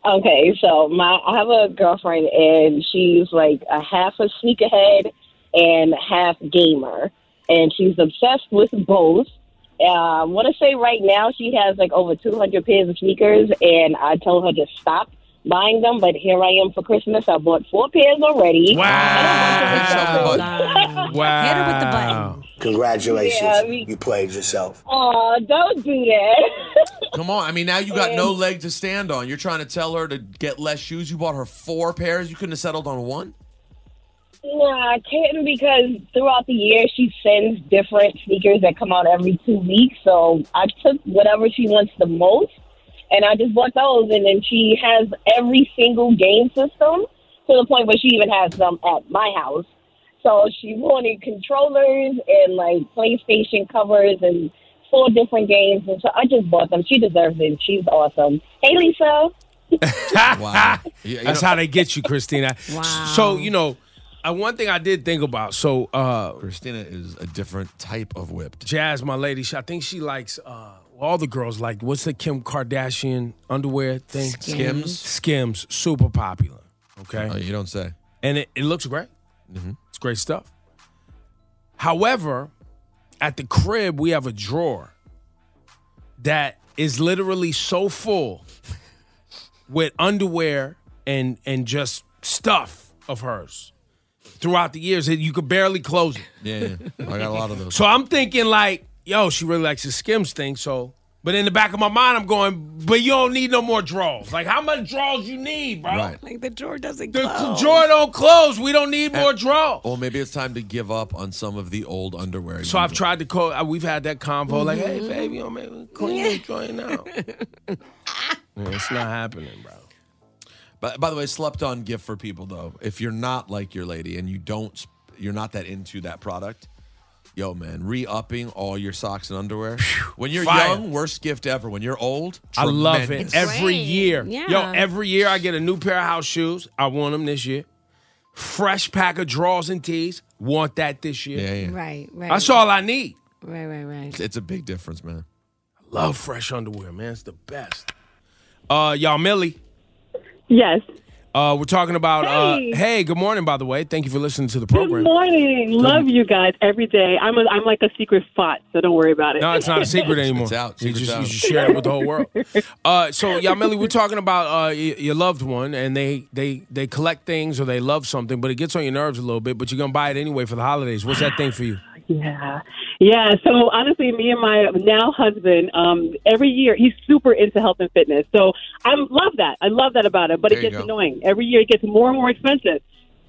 Speaker 8: Okay, so my I have a girlfriend and she's like a half a sneakerhead and half gamer, and she's obsessed with both. Uh, I want to say right now she has like over 200 pairs of sneakers, and I told her to stop buying them. But here I am for Christmas. I bought four pairs already.
Speaker 4: Wow. wow. Hit her with the button.
Speaker 11: Congratulations.
Speaker 8: Yeah, we-
Speaker 11: you played yourself.
Speaker 8: Oh, don't do that.
Speaker 10: Come on. I mean, now you got no leg to stand on. You're trying to tell her to get less shoes. You bought her four pairs. You couldn't have settled on one.
Speaker 8: Nah, I can't because throughout the year she sends different sneakers that come out every two weeks. So I took whatever she wants the most, and I just bought those. And then she has every single game system to the point where she even has them at my house. So she wanted controllers and like PlayStation covers and four different games. And so I just bought them. She deserves it. She's awesome. Hey, Lisa.
Speaker 4: wow.
Speaker 10: you
Speaker 4: That's how they get you, Christina. wow. So, you know, uh, one thing I did think about. So, uh,
Speaker 10: Christina is a different type of whipped.
Speaker 4: Jazz, my lady, she, I think she likes, uh, all the girls like, what's the Kim Kardashian underwear thing?
Speaker 10: Skims.
Speaker 4: Skims, super popular. Okay.
Speaker 10: Oh, you don't say. Mm-hmm.
Speaker 4: And it, it looks great. It's great stuff. However, at the crib, we have a drawer that is literally so full with underwear and and just stuff of hers throughout the years that you could barely close it.
Speaker 10: Yeah, yeah. I got a lot of those.
Speaker 4: So I'm thinking like, yo, she really likes the Skims thing, so but in the back of my mind, I'm going, but you don't need no more drawers. Like, how much drawers you need, bro?
Speaker 10: Right.
Speaker 5: Like the drawer doesn't
Speaker 4: The
Speaker 5: close.
Speaker 4: drawer don't close. We don't need more drawers.
Speaker 10: Or maybe it's time to give up on some of the old underwear.
Speaker 4: So I've tried to call. uh, We've had that convo, like, hey,
Speaker 10: Mhm.
Speaker 4: baby, I'm maybe clean this joint now. Yeah, it's not happening, bro.
Speaker 10: But by the way, slept on gift for people though. If you're not like your lady and you don't, you're not that into that product. Yo, man, re-upping all your socks and underwear. When you're
Speaker 4: Fire.
Speaker 10: young, worst gift ever. When you're old,
Speaker 4: I love it
Speaker 10: tremendous.
Speaker 4: every year.
Speaker 5: Yeah.
Speaker 4: Yo, every year I get a new pair of house shoes. I want them this year. Fresh pack of drawers and tees. Want that this year.
Speaker 10: Yeah,
Speaker 5: Right, right.
Speaker 4: That's all I need.
Speaker 5: Right, right, right.
Speaker 10: It's a big difference, man.
Speaker 4: Love fresh underwear, man. It's the best. Uh, y'all, Millie.
Speaker 16: Yes.
Speaker 4: Uh, we're talking about.
Speaker 16: Hey.
Speaker 4: Uh, hey, good morning, by the way. Thank you for listening to the program.
Speaker 16: Good morning. Love you guys every day. I'm a, I'm like a secret fought, so don't worry about it.
Speaker 4: No, it's not a secret anymore.
Speaker 10: It's out.
Speaker 4: You just,
Speaker 10: Secret's
Speaker 4: you
Speaker 10: out.
Speaker 4: just share it with the whole world. Uh, so, yeah, Melly, we're talking about uh, y- your loved one, and they, they they collect things or they love something, but it gets on your nerves a little bit. But you're gonna buy it anyway for the holidays. What's that thing for you?
Speaker 16: Yeah. Yeah. So honestly, me and my now husband, um, every year he's super into health and fitness. So I love that. I love that about it. But
Speaker 19: There
Speaker 16: it
Speaker 19: you
Speaker 16: gets
Speaker 19: go.
Speaker 16: annoying. Every year it gets more and more expensive.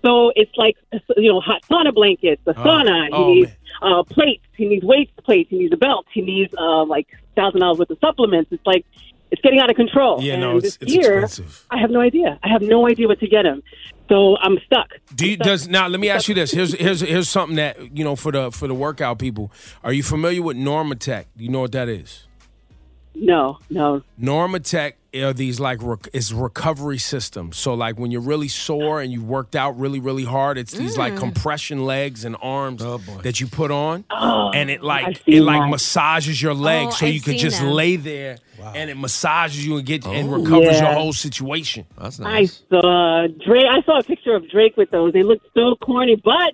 Speaker 16: So it's like you know, hot sauna blankets, the
Speaker 19: Oh.
Speaker 16: sauna.
Speaker 19: Oh,
Speaker 16: he needs uh, plates. He needs weights plates. He needs a belt. He needs uh, like thousand dollars worth of supplements. It's like it's getting out of control.
Speaker 4: Yeah,
Speaker 16: and
Speaker 4: no, it's-
Speaker 16: this
Speaker 4: it's
Speaker 16: year,
Speaker 4: expensive.
Speaker 16: I have no idea. I have no idea what to get him. So I'm stuck.
Speaker 4: Do you, does now? Let me ask you this. Here's here's here's something that you know for the for the workout people. Are you familiar with Normatec? You know what that is?
Speaker 16: No, no.
Speaker 4: Normatec are these like rec- it's recovery systems. So like when you're really sore and you worked out really really hard, it's these like
Speaker 16: Mm.
Speaker 4: compression legs and arms that you put on,
Speaker 16: Oh,
Speaker 4: and it
Speaker 16: I've
Speaker 4: like
Speaker 16: seen
Speaker 4: it like
Speaker 16: that.
Speaker 4: massages your legs
Speaker 16: Oh,
Speaker 4: so
Speaker 16: I've
Speaker 4: you could
Speaker 16: seen
Speaker 4: just
Speaker 16: that.
Speaker 4: lay there and it massages you and get and
Speaker 16: Oh.
Speaker 4: recovers your
Speaker 16: Yeah.
Speaker 4: whole situation. That's
Speaker 16: I saw Drake. I saw a picture of Drake with those. They look so corny, but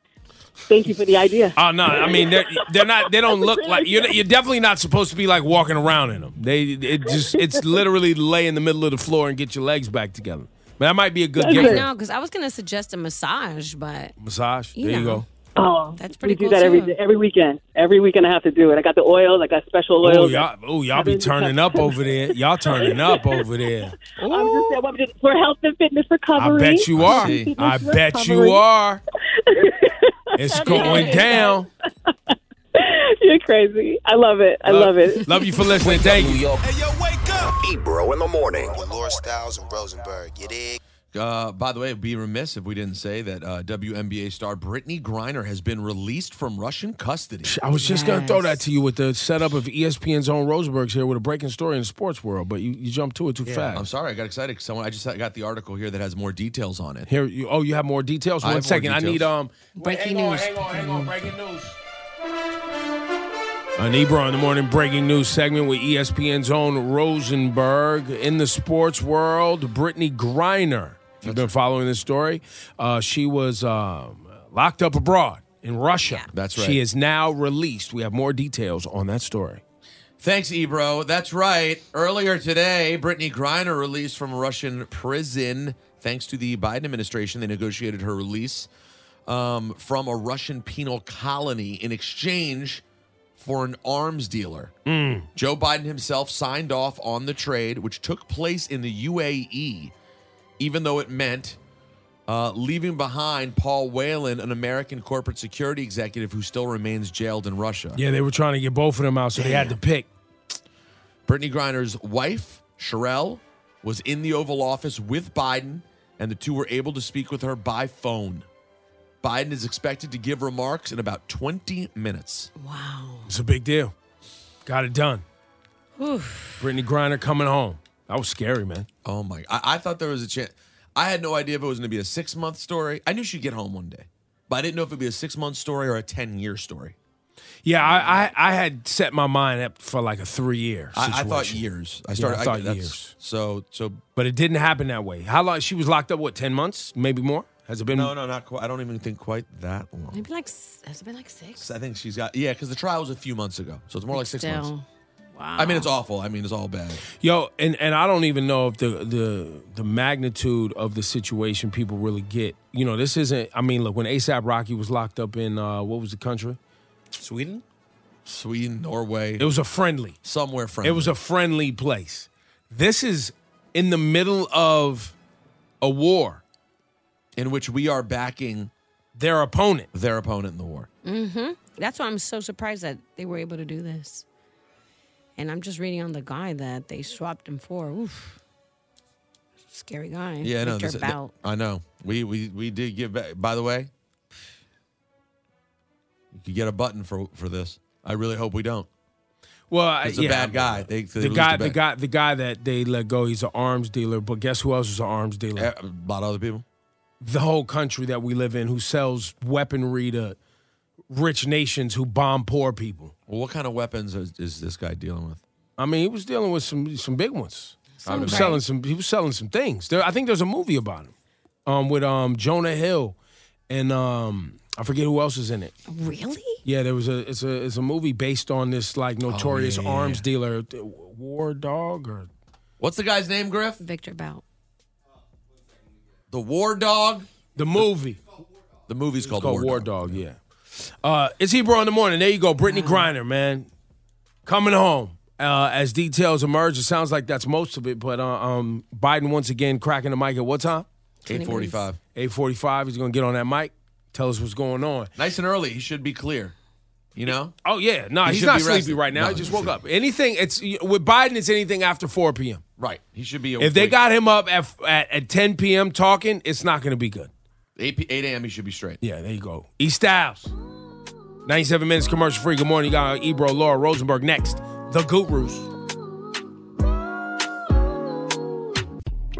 Speaker 16: thank you for the idea.
Speaker 4: Oh no! I mean, they're, they're not. They don't look like you're. You're definitely not supposed to be like walking around in them. They. It just. It's literally lay in the middle of the floor and get your legs back together. But that might be a good
Speaker 5: I
Speaker 4: gift.
Speaker 5: know, because I was going to suggest a massage, but
Speaker 4: Massage. There
Speaker 5: You
Speaker 4: you
Speaker 5: know.
Speaker 4: go.
Speaker 16: Oh,
Speaker 5: that's
Speaker 16: pretty. We do
Speaker 5: cool,
Speaker 16: that
Speaker 5: too.
Speaker 16: every every weekend. Every weekend I have to do it. I got the oils. I got special
Speaker 4: Oh
Speaker 16: oils.
Speaker 4: y'all, oh y'all be turning up over there. Y'all turning up over there.
Speaker 16: I'm just saying, I'm just- for health and fitness
Speaker 4: I
Speaker 16: recovery.
Speaker 4: bet you are.
Speaker 16: Fitness
Speaker 4: I bet you
Speaker 16: recovery.
Speaker 4: are. It's going down.
Speaker 16: You're crazy. I love it. I love it.
Speaker 4: Love you for listening. Thank you.
Speaker 9: Ebro in the morning.
Speaker 11: With Laura Styles and Rosenberg. You dig?
Speaker 10: Uh, by the way, it'd be remiss if we didn't say that uh, WNBA star Brittany Griner has been released from Russian custody.
Speaker 4: I was just gonna throw that to you with the setup of E ESPN's own Rosenberg's here with a breaking story in the sports world, but you, you jumped to it too
Speaker 10: Yeah. I'm
Speaker 4: fast.
Speaker 10: sorry, I got excited. 'cause Someone, I just got the article here that has more details on it.
Speaker 4: Here, you, oh, you have more details.
Speaker 10: I
Speaker 4: One
Speaker 10: have more
Speaker 4: second, I
Speaker 10: details.
Speaker 4: need um. wait,
Speaker 14: Breaking
Speaker 4: hang
Speaker 14: news.
Speaker 4: On, hang on, hang on. Breaking news. An Ebro in the morning breaking news segment with E ESPN's own Rosenberg in the sports world. Brittany Griner, if you've been following this story, uh, she was um, locked up abroad in Russia.
Speaker 10: That's right.
Speaker 4: She is now released. We have more details on that story.
Speaker 10: Thanks, Ebro. That's right. Earlier today, Brittany Griner released from Russian prison. Thanks to the Biden administration, they negotiated her release um, from a Russian penal colony in exchange for an arms dealer.
Speaker 4: Hmm.
Speaker 10: Joe Biden himself signed off on the trade, which took place in the UAE, even though it meant uh, leaving behind Paul Whelan, an American corporate security executive who still remains jailed in Russia.
Speaker 4: Yeah, they were trying to get both of them out, so they had to pick.
Speaker 10: Brittany Griner's wife, Sherelle, was in the Oval Office with Biden, and the two were able to speak with her by phone. Biden is expected to give remarks in about 20 minutes.
Speaker 4: It's a big deal. Got it done. Brittany Griner coming home. That was scary, man.
Speaker 10: Oh my! I, I thought there was a chance. I had no idea if it was going to be a six month story. I knew she'd get home one day, but I didn't know if it'd be a six month story or a 10 year story.
Speaker 4: Yeah, I, I, I had set my mind up for like a three year.
Speaker 10: I, I thought years. I started
Speaker 4: I thought
Speaker 10: that's-
Speaker 4: years.
Speaker 10: So so,
Speaker 4: but it didn't happen that way. How long? She was locked up. What, ten months? Maybe more? Has it been?
Speaker 10: No, no, not quite. I don't even think quite that long.
Speaker 5: Maybe like s- has it been like six?
Speaker 10: I think she's got yeah, because the trial was a few months ago, so it's more like six months.
Speaker 5: Still. Wow.
Speaker 10: I mean, it's awful. I mean, it's all bad.
Speaker 4: Yo, and, and I don't even know if the, the the magnitude of the situation people really get. You know, this isn't. I mean, look, when ASAP Rocky was locked up in uh, what was the country?
Speaker 10: Sweden, Sweden, Norway.
Speaker 4: It was a friendly.
Speaker 10: Somewhere friendly.
Speaker 4: It was a friendly place. This is in the middle of a war
Speaker 10: in which we are backing
Speaker 4: their opponent.
Speaker 10: Their opponent in the war.
Speaker 5: Mm-hmm. That's why I'm so surprised that they were able to do this. And I'm just reading on the guy that they swapped him for. Oof. Scary guy.
Speaker 10: Yeah, I know.
Speaker 5: Victor
Speaker 10: This- th-
Speaker 5: Bout.
Speaker 10: I know. We we we did give back. By the way, you could get a button for for this. I really hope we don't.
Speaker 4: Well, I-
Speaker 10: It's a
Speaker 4: yeah,
Speaker 10: bad guy. They, they
Speaker 4: the
Speaker 10: lose
Speaker 4: guy,
Speaker 10: the
Speaker 4: the
Speaker 10: bet.
Speaker 4: guy, the guy that they let go. He's an arms dealer. But guess who else is an arms dealer?
Speaker 10: A lot of Eh, other people.
Speaker 4: The whole country that we live in, who sells weaponry to rich nations who bomb poor people.
Speaker 10: Well, what kind of weapons is, is this guy dealing with?
Speaker 4: I mean, he was dealing with some some big ones.
Speaker 10: Some
Speaker 4: he was
Speaker 10: big-
Speaker 4: selling some. He was selling some things. There, I think there's a movie about him, um, with um Jonah Hill, and um I forget who else is in it.
Speaker 5: Really?
Speaker 4: Yeah, there was a it's a it's a movie based on this like notorious
Speaker 10: Oh, yeah, yeah,
Speaker 4: arms dealer, th- War Dog or
Speaker 10: What's the guy's name, Griff?
Speaker 5: Victor Bout.
Speaker 10: The War Dog.
Speaker 4: The movie.
Speaker 10: The movie's called,
Speaker 4: called
Speaker 10: War,
Speaker 4: War
Speaker 10: Dog.
Speaker 4: Dog. yeah. Uh, it's Hebrew in the morning. There you go, Brittany Griner, man, coming home. Uh, as details emerge, it sounds like that's most of it. But uh, um, Biden once again cracking the mic at what time?
Speaker 10: 8:45.
Speaker 4: Eight forty-five. He's gonna get on that mic. Tell us what's going on.
Speaker 10: Nice and early. He should be clear. You know.
Speaker 4: Oh yeah, no,
Speaker 10: He
Speaker 4: he's
Speaker 10: should
Speaker 4: not
Speaker 10: be
Speaker 4: sleepy
Speaker 10: rested.
Speaker 4: right now.
Speaker 10: No,
Speaker 4: he just
Speaker 10: he's
Speaker 4: woke up. Anything it's with Biden, it's anything after four p.m.
Speaker 10: Right. He should be.
Speaker 4: If they
Speaker 10: awake.
Speaker 4: got him up at at, at ten p.m. talking, it's not gonna be good.
Speaker 10: 8 p- 8 a.m. He should be straight.
Speaker 4: Yeah, there you go. E Styles. 97 minutes commercial free. Good morning. You got Ebro, Laura Rosenberg next. The Gurus.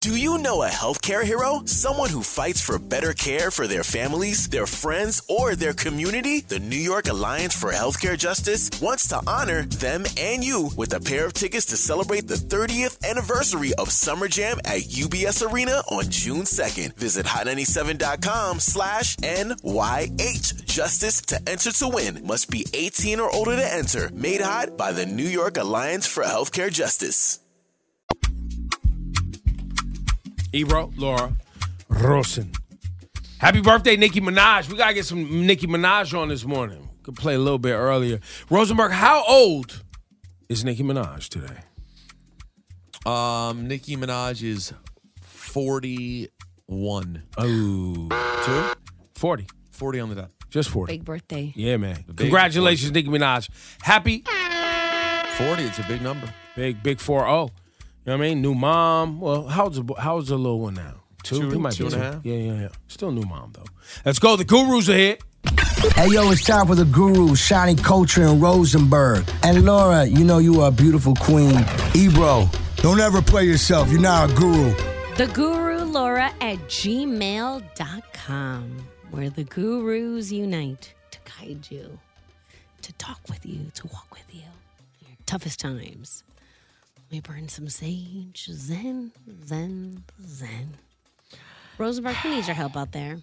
Speaker 1: Do you know a healthcare hero? Someone who fights for better care for their families, their friends, or their community? The New York Alliance for Healthcare Justice wants to honor them and you with a pair of tickets to celebrate the 30th anniversary of Summer Jam at UBS Arena on June 2nd. Visit hot97.com slash NYH Justice to enter to win. Must be 18 or older to enter. Made hot by the New York Alliance for Healthcare Justice.
Speaker 4: Ebro, Laura, Rosen. Happy birthday, Nicki Minaj. We gotta get some Nicki Minaj on this morning. Could play a little bit earlier. Rosenberg, how old is Nicki Minaj today?
Speaker 10: Um, Nicki Minaj is 41.
Speaker 4: Oh.
Speaker 10: Two?
Speaker 4: 40.
Speaker 10: 40 on the dot.
Speaker 4: Just 40.
Speaker 5: Big birthday.
Speaker 4: Yeah, man.
Speaker 10: big
Speaker 4: Congratulations, Nicki Minaj. Happy
Speaker 10: 40. It's a big number.
Speaker 4: Big, big 4 0. You know what I mean? New mom. Well, how's the, bo- how's the little one now? Two?
Speaker 10: Two-
Speaker 4: He might
Speaker 10: two
Speaker 4: be
Speaker 10: and a half.
Speaker 4: Yeah, yeah, yeah. Still new mom, though. Let's go. The gurus are here.
Speaker 19: Hey yo, it's time for the guru, Shiny Culture and Rosenberg. And Laura, you know you are a beautiful queen. Ebro, don't ever play yourself. You're not a guru.
Speaker 5: The Guru Laura at gmail.com, where the gurus unite to guide you, to talk with you, to walk with you in your toughest times. We burn some sage, zen, zen, zen. Rosenberg, who needs your help out there?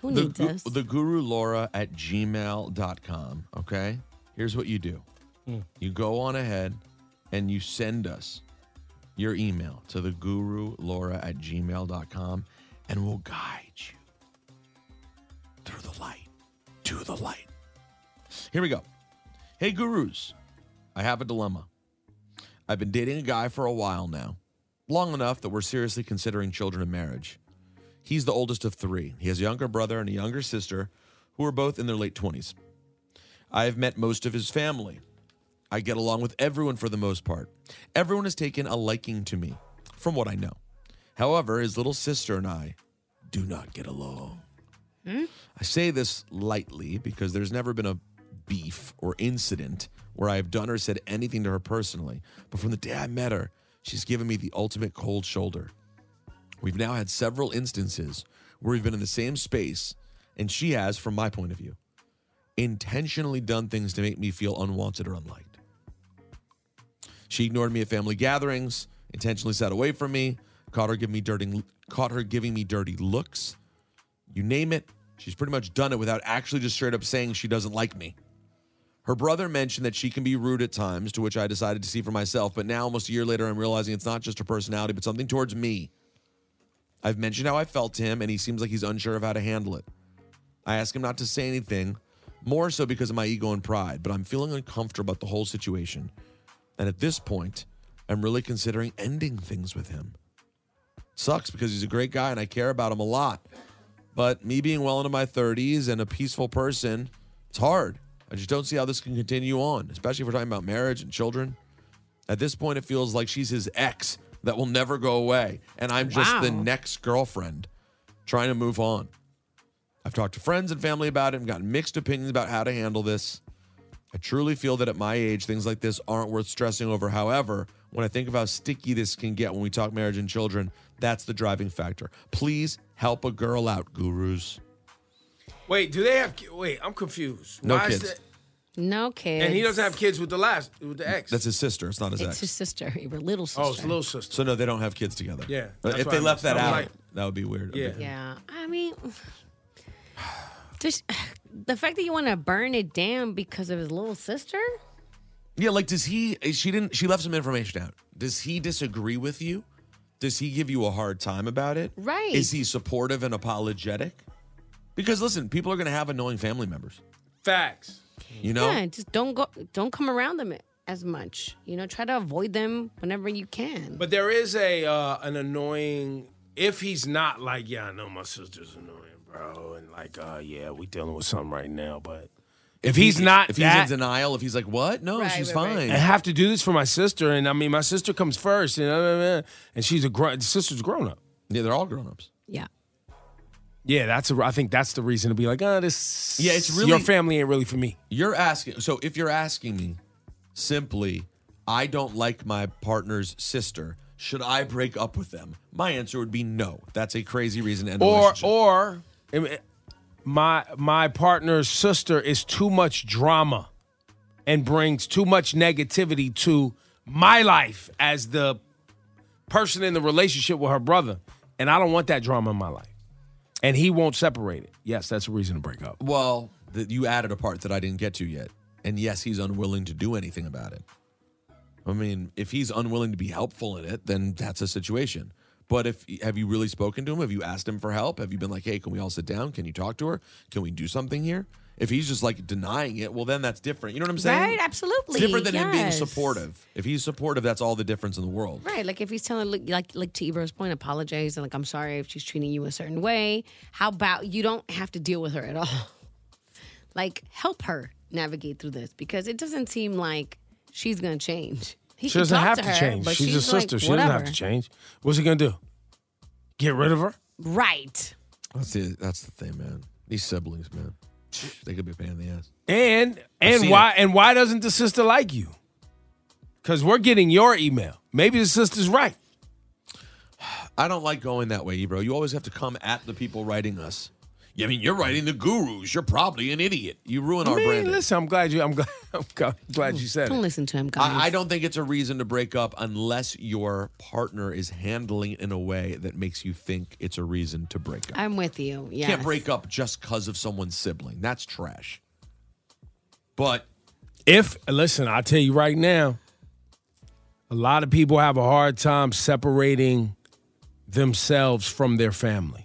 Speaker 5: Who
Speaker 10: the,
Speaker 5: needs
Speaker 10: gu-
Speaker 5: us?
Speaker 10: the guru Laura at gmail.com. Okay. Here's what you do you go on ahead and you send us your email to the guru Laura at gmail.com and we'll guide you through the light to the light. Here we go. Hey, gurus, I have a dilemma. I've been dating a guy for a while now, long enough that we're seriously considering children in marriage. He's the oldest of three. He has a younger brother and a younger sister who are both in their late 20s. I have met most of his family. I get along with everyone for the most part. Everyone has taken a liking to me, from what I know. However, his little sister and I do not get along. I say this lightly because there's never been a beef or incident where I have done or said anything to her personally. But from the day I met her, she's given me the ultimate cold shoulder. We've now had several instances where we've been in the same space, and she has, from my point of view, intentionally done things to make me feel unwanted or unliked. She ignored me at family gatherings, intentionally sat away from me, caught her giving me dirty, caught her giving me dirty looks. You name it, she's pretty much done it without actually just straight up saying she doesn't like me. Her brother mentioned that she can be rude at times, to which I decided to see for myself. But now, almost a year later, I'm realizing it's not just her personality, but something towards me. I've mentioned how I felt to him, and he seems like he's unsure of how to handle it. I ask him not to say anything, more so because of my ego and pride, but I'm feeling uncomfortable about the whole situation. And at this point, I'm really considering ending things with him. Sucks because he's a great guy and I care about him a lot. But me being well into my 30s and a peaceful person, it's hard. I just don't see how this can continue on, especially if we're talking about marriage and children. At this point, it feels like she's his ex that will never go away. And I'm just the
Speaker 20: Wow.
Speaker 10: next girlfriend trying to move on. I've talked to friends and family about it and gotten mixed opinions about how to handle this. I truly feel that at my age, things like this aren't worth stressing over. However, when I think of how sticky this can get when we talk marriage and children, that's the driving factor. Please help a girl out, gurus.
Speaker 4: Wait, do they have? ki- Wait, I'm confused.
Speaker 10: No
Speaker 4: is
Speaker 10: kids.
Speaker 4: that-
Speaker 5: no kids.
Speaker 4: and he doesn't have kids with the last, with the ex.
Speaker 10: That's his sister. It's not his
Speaker 5: It's
Speaker 10: ex.
Speaker 5: his sister, your little sister.
Speaker 4: Oh, it's little sister.
Speaker 10: So no, they don't have kids together.
Speaker 4: Yeah,
Speaker 10: Uh,
Speaker 4: that's
Speaker 10: If
Speaker 4: what
Speaker 10: they
Speaker 4: I
Speaker 10: left that
Speaker 4: missed. I
Speaker 10: out,
Speaker 4: was
Speaker 10: that would be weird.
Speaker 4: Yeah.
Speaker 5: Yeah, I mean, just the fact that you want to burn it down because of his little sister.
Speaker 10: Yeah, like does he? She didn't. She left some information out. Does he disagree with you? Does he give you a hard time about it?
Speaker 5: Right.
Speaker 10: Is he supportive and apologetic? Because listen, people are going to have annoying family members.
Speaker 4: Facts.
Speaker 10: You know.
Speaker 5: Yeah, just don't go, don't come around them as much. You know, try to avoid them whenever you can.
Speaker 4: But there is a uh, an annoying. If he's not like, yeah, I know my sister's annoying, bro, and like, uh, yeah, we dealing with something right now, but if,
Speaker 10: he-
Speaker 4: he's not,
Speaker 10: if
Speaker 4: that-
Speaker 10: he's in denial, if he's like, "What? No, she's fine."
Speaker 4: I have to do this for my sister, and I mean, my sister comes first, and uh, uh, uh, and she's a gr- sister's grown up.
Speaker 10: Yeah, they're all grown ups.
Speaker 5: Yeah.
Speaker 4: Yeah, that's a, I think that's the reason to be like, ah, this.
Speaker 10: Yeah, it's really-
Speaker 4: your family ain't really for me.
Speaker 10: You're asking. So if you're asking me, simply, I don't like my partner's sister. should I break up with them? My answer would be no. That's a crazy reason to end a
Speaker 4: or
Speaker 10: relationship.
Speaker 4: or I mean, my my partner's sister is too much drama and brings too much negativity to my life as the person in the relationship with her brother and I don't want that drama in my life and he won't separate it yes that's a reason to break up
Speaker 10: Well, that you added a part that I didn't get to yet. And yes, he's unwilling to do anything about it. I mean, if he's unwilling to be helpful in it, then that's a situation. But if have you really spoken to him? Have you asked him for help? Have you been like, "Hey, can we all sit down? Can you talk to her? Can we do something here?" If he's just like denying it, well, then that's different. You know what I'm saying?
Speaker 5: Right, absolutely,
Speaker 10: It's different than him being
Speaker 5: yes.
Speaker 10: supportive. If he's supportive, that's all the difference in the world.
Speaker 5: Right, like if he's telling, like, like, like to Ibra's point, apologize and like, I'm sorry if she's treating you a certain way. How about you don't have to deal with her at all? Like, help her navigate through this because it doesn't seem like she's gonna change. He
Speaker 4: she
Speaker 5: can
Speaker 4: doesn't
Speaker 5: talk
Speaker 4: have
Speaker 5: to
Speaker 4: to,
Speaker 5: her,
Speaker 4: change
Speaker 5: but
Speaker 4: she's, a
Speaker 5: like,
Speaker 4: sister she doesn't have to
Speaker 5: whatever.
Speaker 4: change what's he gonna do get rid of her
Speaker 5: Right.
Speaker 10: That's the that's the thing, man. These siblings, man, they could be a pain in the ass.
Speaker 4: And
Speaker 10: I've
Speaker 4: and
Speaker 10: seen
Speaker 4: why and why doesn't the sister like you? Because we're getting your email. Maybe the sister's right.
Speaker 10: I don't like going that way, Ebro. You always have to come at the people writing us. I mean, you're writing the gurus. You're probably an idiot. You ruin
Speaker 4: I
Speaker 10: our
Speaker 4: mean,
Speaker 10: brand.
Speaker 4: listen, I'm glad you. I'm glad. I'm glad, glad you said it.
Speaker 5: listen to him,
Speaker 10: I, I don't think it's a reason to break up unless your partner is handling it in a way that makes you think it's a reason to break up.
Speaker 5: I'm with you.
Speaker 10: You
Speaker 5: Yeah.
Speaker 10: Can't break up just because of someone's sibling. That's trash. But
Speaker 4: if listen, I tell you right now, a lot of people have a hard time separating themselves from their family.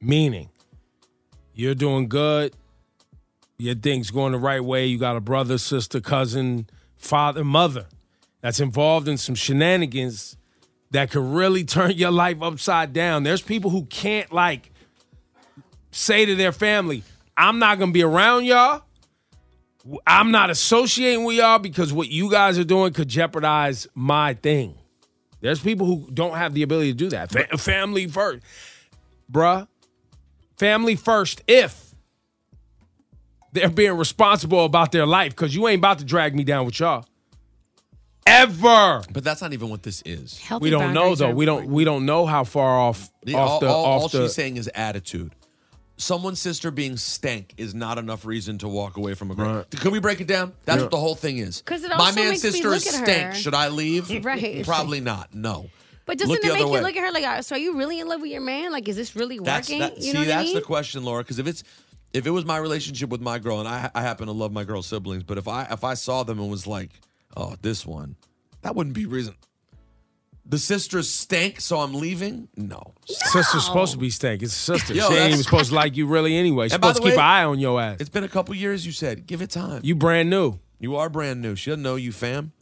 Speaker 4: Meaning, you're doing good, your thing's going the right way. You got a brother, sister, cousin, father, mother that's involved in some shenanigans that could really turn your life upside down. There's people who can't like say to their family, I'm not gonna be around y'all. I'm not associating with y'all because what you guys are doing could jeopardize my thing. There's people who don't have the ability to do that. Fa- family first. Bruh, family first if they're being responsible about their life because you ain't about to drag me down with y'all. Ever.
Speaker 10: But that's not even what this is. Healthy
Speaker 4: we don't know
Speaker 10: boundaries
Speaker 4: though.
Speaker 10: are
Speaker 4: We don't we don't know how far off
Speaker 10: The-
Speaker 4: off
Speaker 10: all,
Speaker 4: the
Speaker 10: all-
Speaker 4: off
Speaker 10: all
Speaker 4: the
Speaker 10: she's saying is attitude. Someone's sister being stank is not enough reason to walk away from a girl. Can we break it down? That's
Speaker 4: Yeah.
Speaker 10: what the whole thing is.
Speaker 5: 'Cause it
Speaker 10: My
Speaker 5: also
Speaker 10: man's
Speaker 5: makes me
Speaker 10: sister
Speaker 5: look
Speaker 10: is
Speaker 5: at
Speaker 10: stank.
Speaker 5: her.
Speaker 10: Should I leave?
Speaker 5: Right.
Speaker 10: Probably not. No.
Speaker 5: But doesn't
Speaker 10: Look
Speaker 5: it
Speaker 10: the
Speaker 5: make
Speaker 10: other
Speaker 5: you
Speaker 10: way.
Speaker 5: look at her like, uh, so are you really in love with your man? Like, is this really
Speaker 10: That's
Speaker 5: working?
Speaker 10: that,
Speaker 5: you know
Speaker 10: see,
Speaker 5: what
Speaker 10: that's
Speaker 5: I mean?
Speaker 10: the question, Laura. Because if it's if it was my relationship with my girl, and I I happen to love my girl's siblings, but if I if I saw them and was like, oh, this one, that wouldn't be reason. The sisters stank, so I'm leaving. No.
Speaker 4: sister's supposed to be stank. It's a sister.
Speaker 10: Yo,
Speaker 4: she ain't
Speaker 10: that's-
Speaker 4: even supposed to like you really anyway. She's
Speaker 10: And by
Speaker 4: supposed to
Speaker 10: the
Speaker 4: keep
Speaker 10: way-
Speaker 4: an eye on your ass.
Speaker 10: It's been a couple years. You said, give it time.
Speaker 4: You brand new.
Speaker 10: You are brand new. She doesn't know you, fam.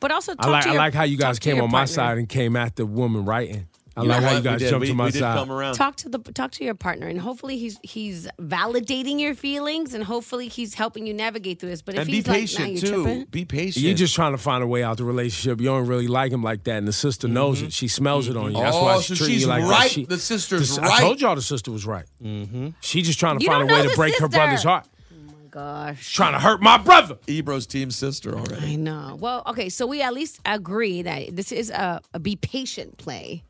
Speaker 5: But also, talk
Speaker 4: I like
Speaker 5: to
Speaker 4: I
Speaker 5: your-
Speaker 4: like how you guys
Speaker 5: talk to
Speaker 4: came
Speaker 5: your
Speaker 4: on my
Speaker 5: partner.
Speaker 4: side and came at the woman writing. I
Speaker 10: You
Speaker 4: like
Speaker 10: know
Speaker 4: how
Speaker 10: what?
Speaker 4: you
Speaker 10: We
Speaker 4: guys
Speaker 10: did.
Speaker 4: jumped
Speaker 10: We-
Speaker 4: to my
Speaker 10: we did
Speaker 4: side.
Speaker 10: come around.
Speaker 5: Talk to the talk to your partner, and hopefully he's he's validating your feelings, and hopefully he's helping you navigate through this. But if
Speaker 4: And be
Speaker 5: he's
Speaker 4: patient,
Speaker 5: like, nah, you're
Speaker 4: too.
Speaker 5: tripping.
Speaker 10: Be patient.
Speaker 4: You're just trying to find a way out the relationship. You don't really like him like that, and the sister knows it. She smells it on you. That's why
Speaker 10: Mm-hmm. Oh,
Speaker 4: she
Speaker 10: so
Speaker 4: treating
Speaker 10: she's
Speaker 4: you like that.
Speaker 10: right.
Speaker 4: She-
Speaker 10: The sister's
Speaker 4: I
Speaker 10: right. Mm.
Speaker 4: told y'all the sister was right. Mm-hmm. She just trying to
Speaker 5: You
Speaker 4: find
Speaker 5: don't
Speaker 4: a way
Speaker 5: know
Speaker 4: to
Speaker 5: the
Speaker 4: break her
Speaker 5: sister.
Speaker 4: brother's heart.
Speaker 5: Oh Gosh.
Speaker 4: She's trying to hurt my brother.
Speaker 10: Ebro's team sister already.
Speaker 5: I know. Well, okay, so we at least agree that this is a, a be patient play.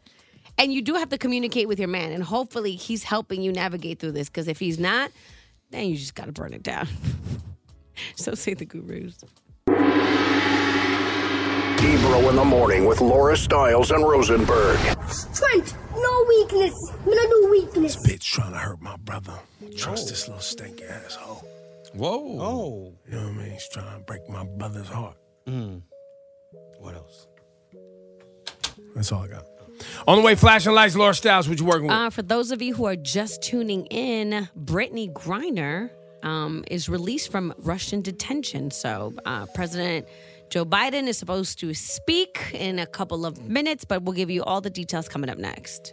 Speaker 5: And you do have to communicate with your man, and hopefully he's helping you navigate through this. Because if he's not, then you just got to burn it down. so say the gurus.
Speaker 9: Ebro in the morning with Laura Stiles and Rosenberg.
Speaker 20: Strength, no weakness. We don't do weakness.
Speaker 4: Bitch trying to hurt my brother. Trust this little stink asshole.
Speaker 10: Whoa.
Speaker 4: Oh. You know what I mean? He's trying to break my brother's heart.
Speaker 15: Mm. What else?
Speaker 4: That's all I got. On the way, flashing lights, Laura Styles, what you working with?
Speaker 5: Uh, for those of you who are just tuning in, Brittany Griner um, is released from Russian detention. So uh, President Joe Biden is supposed to speak in a couple of minutes, but we'll give you all the details coming up next.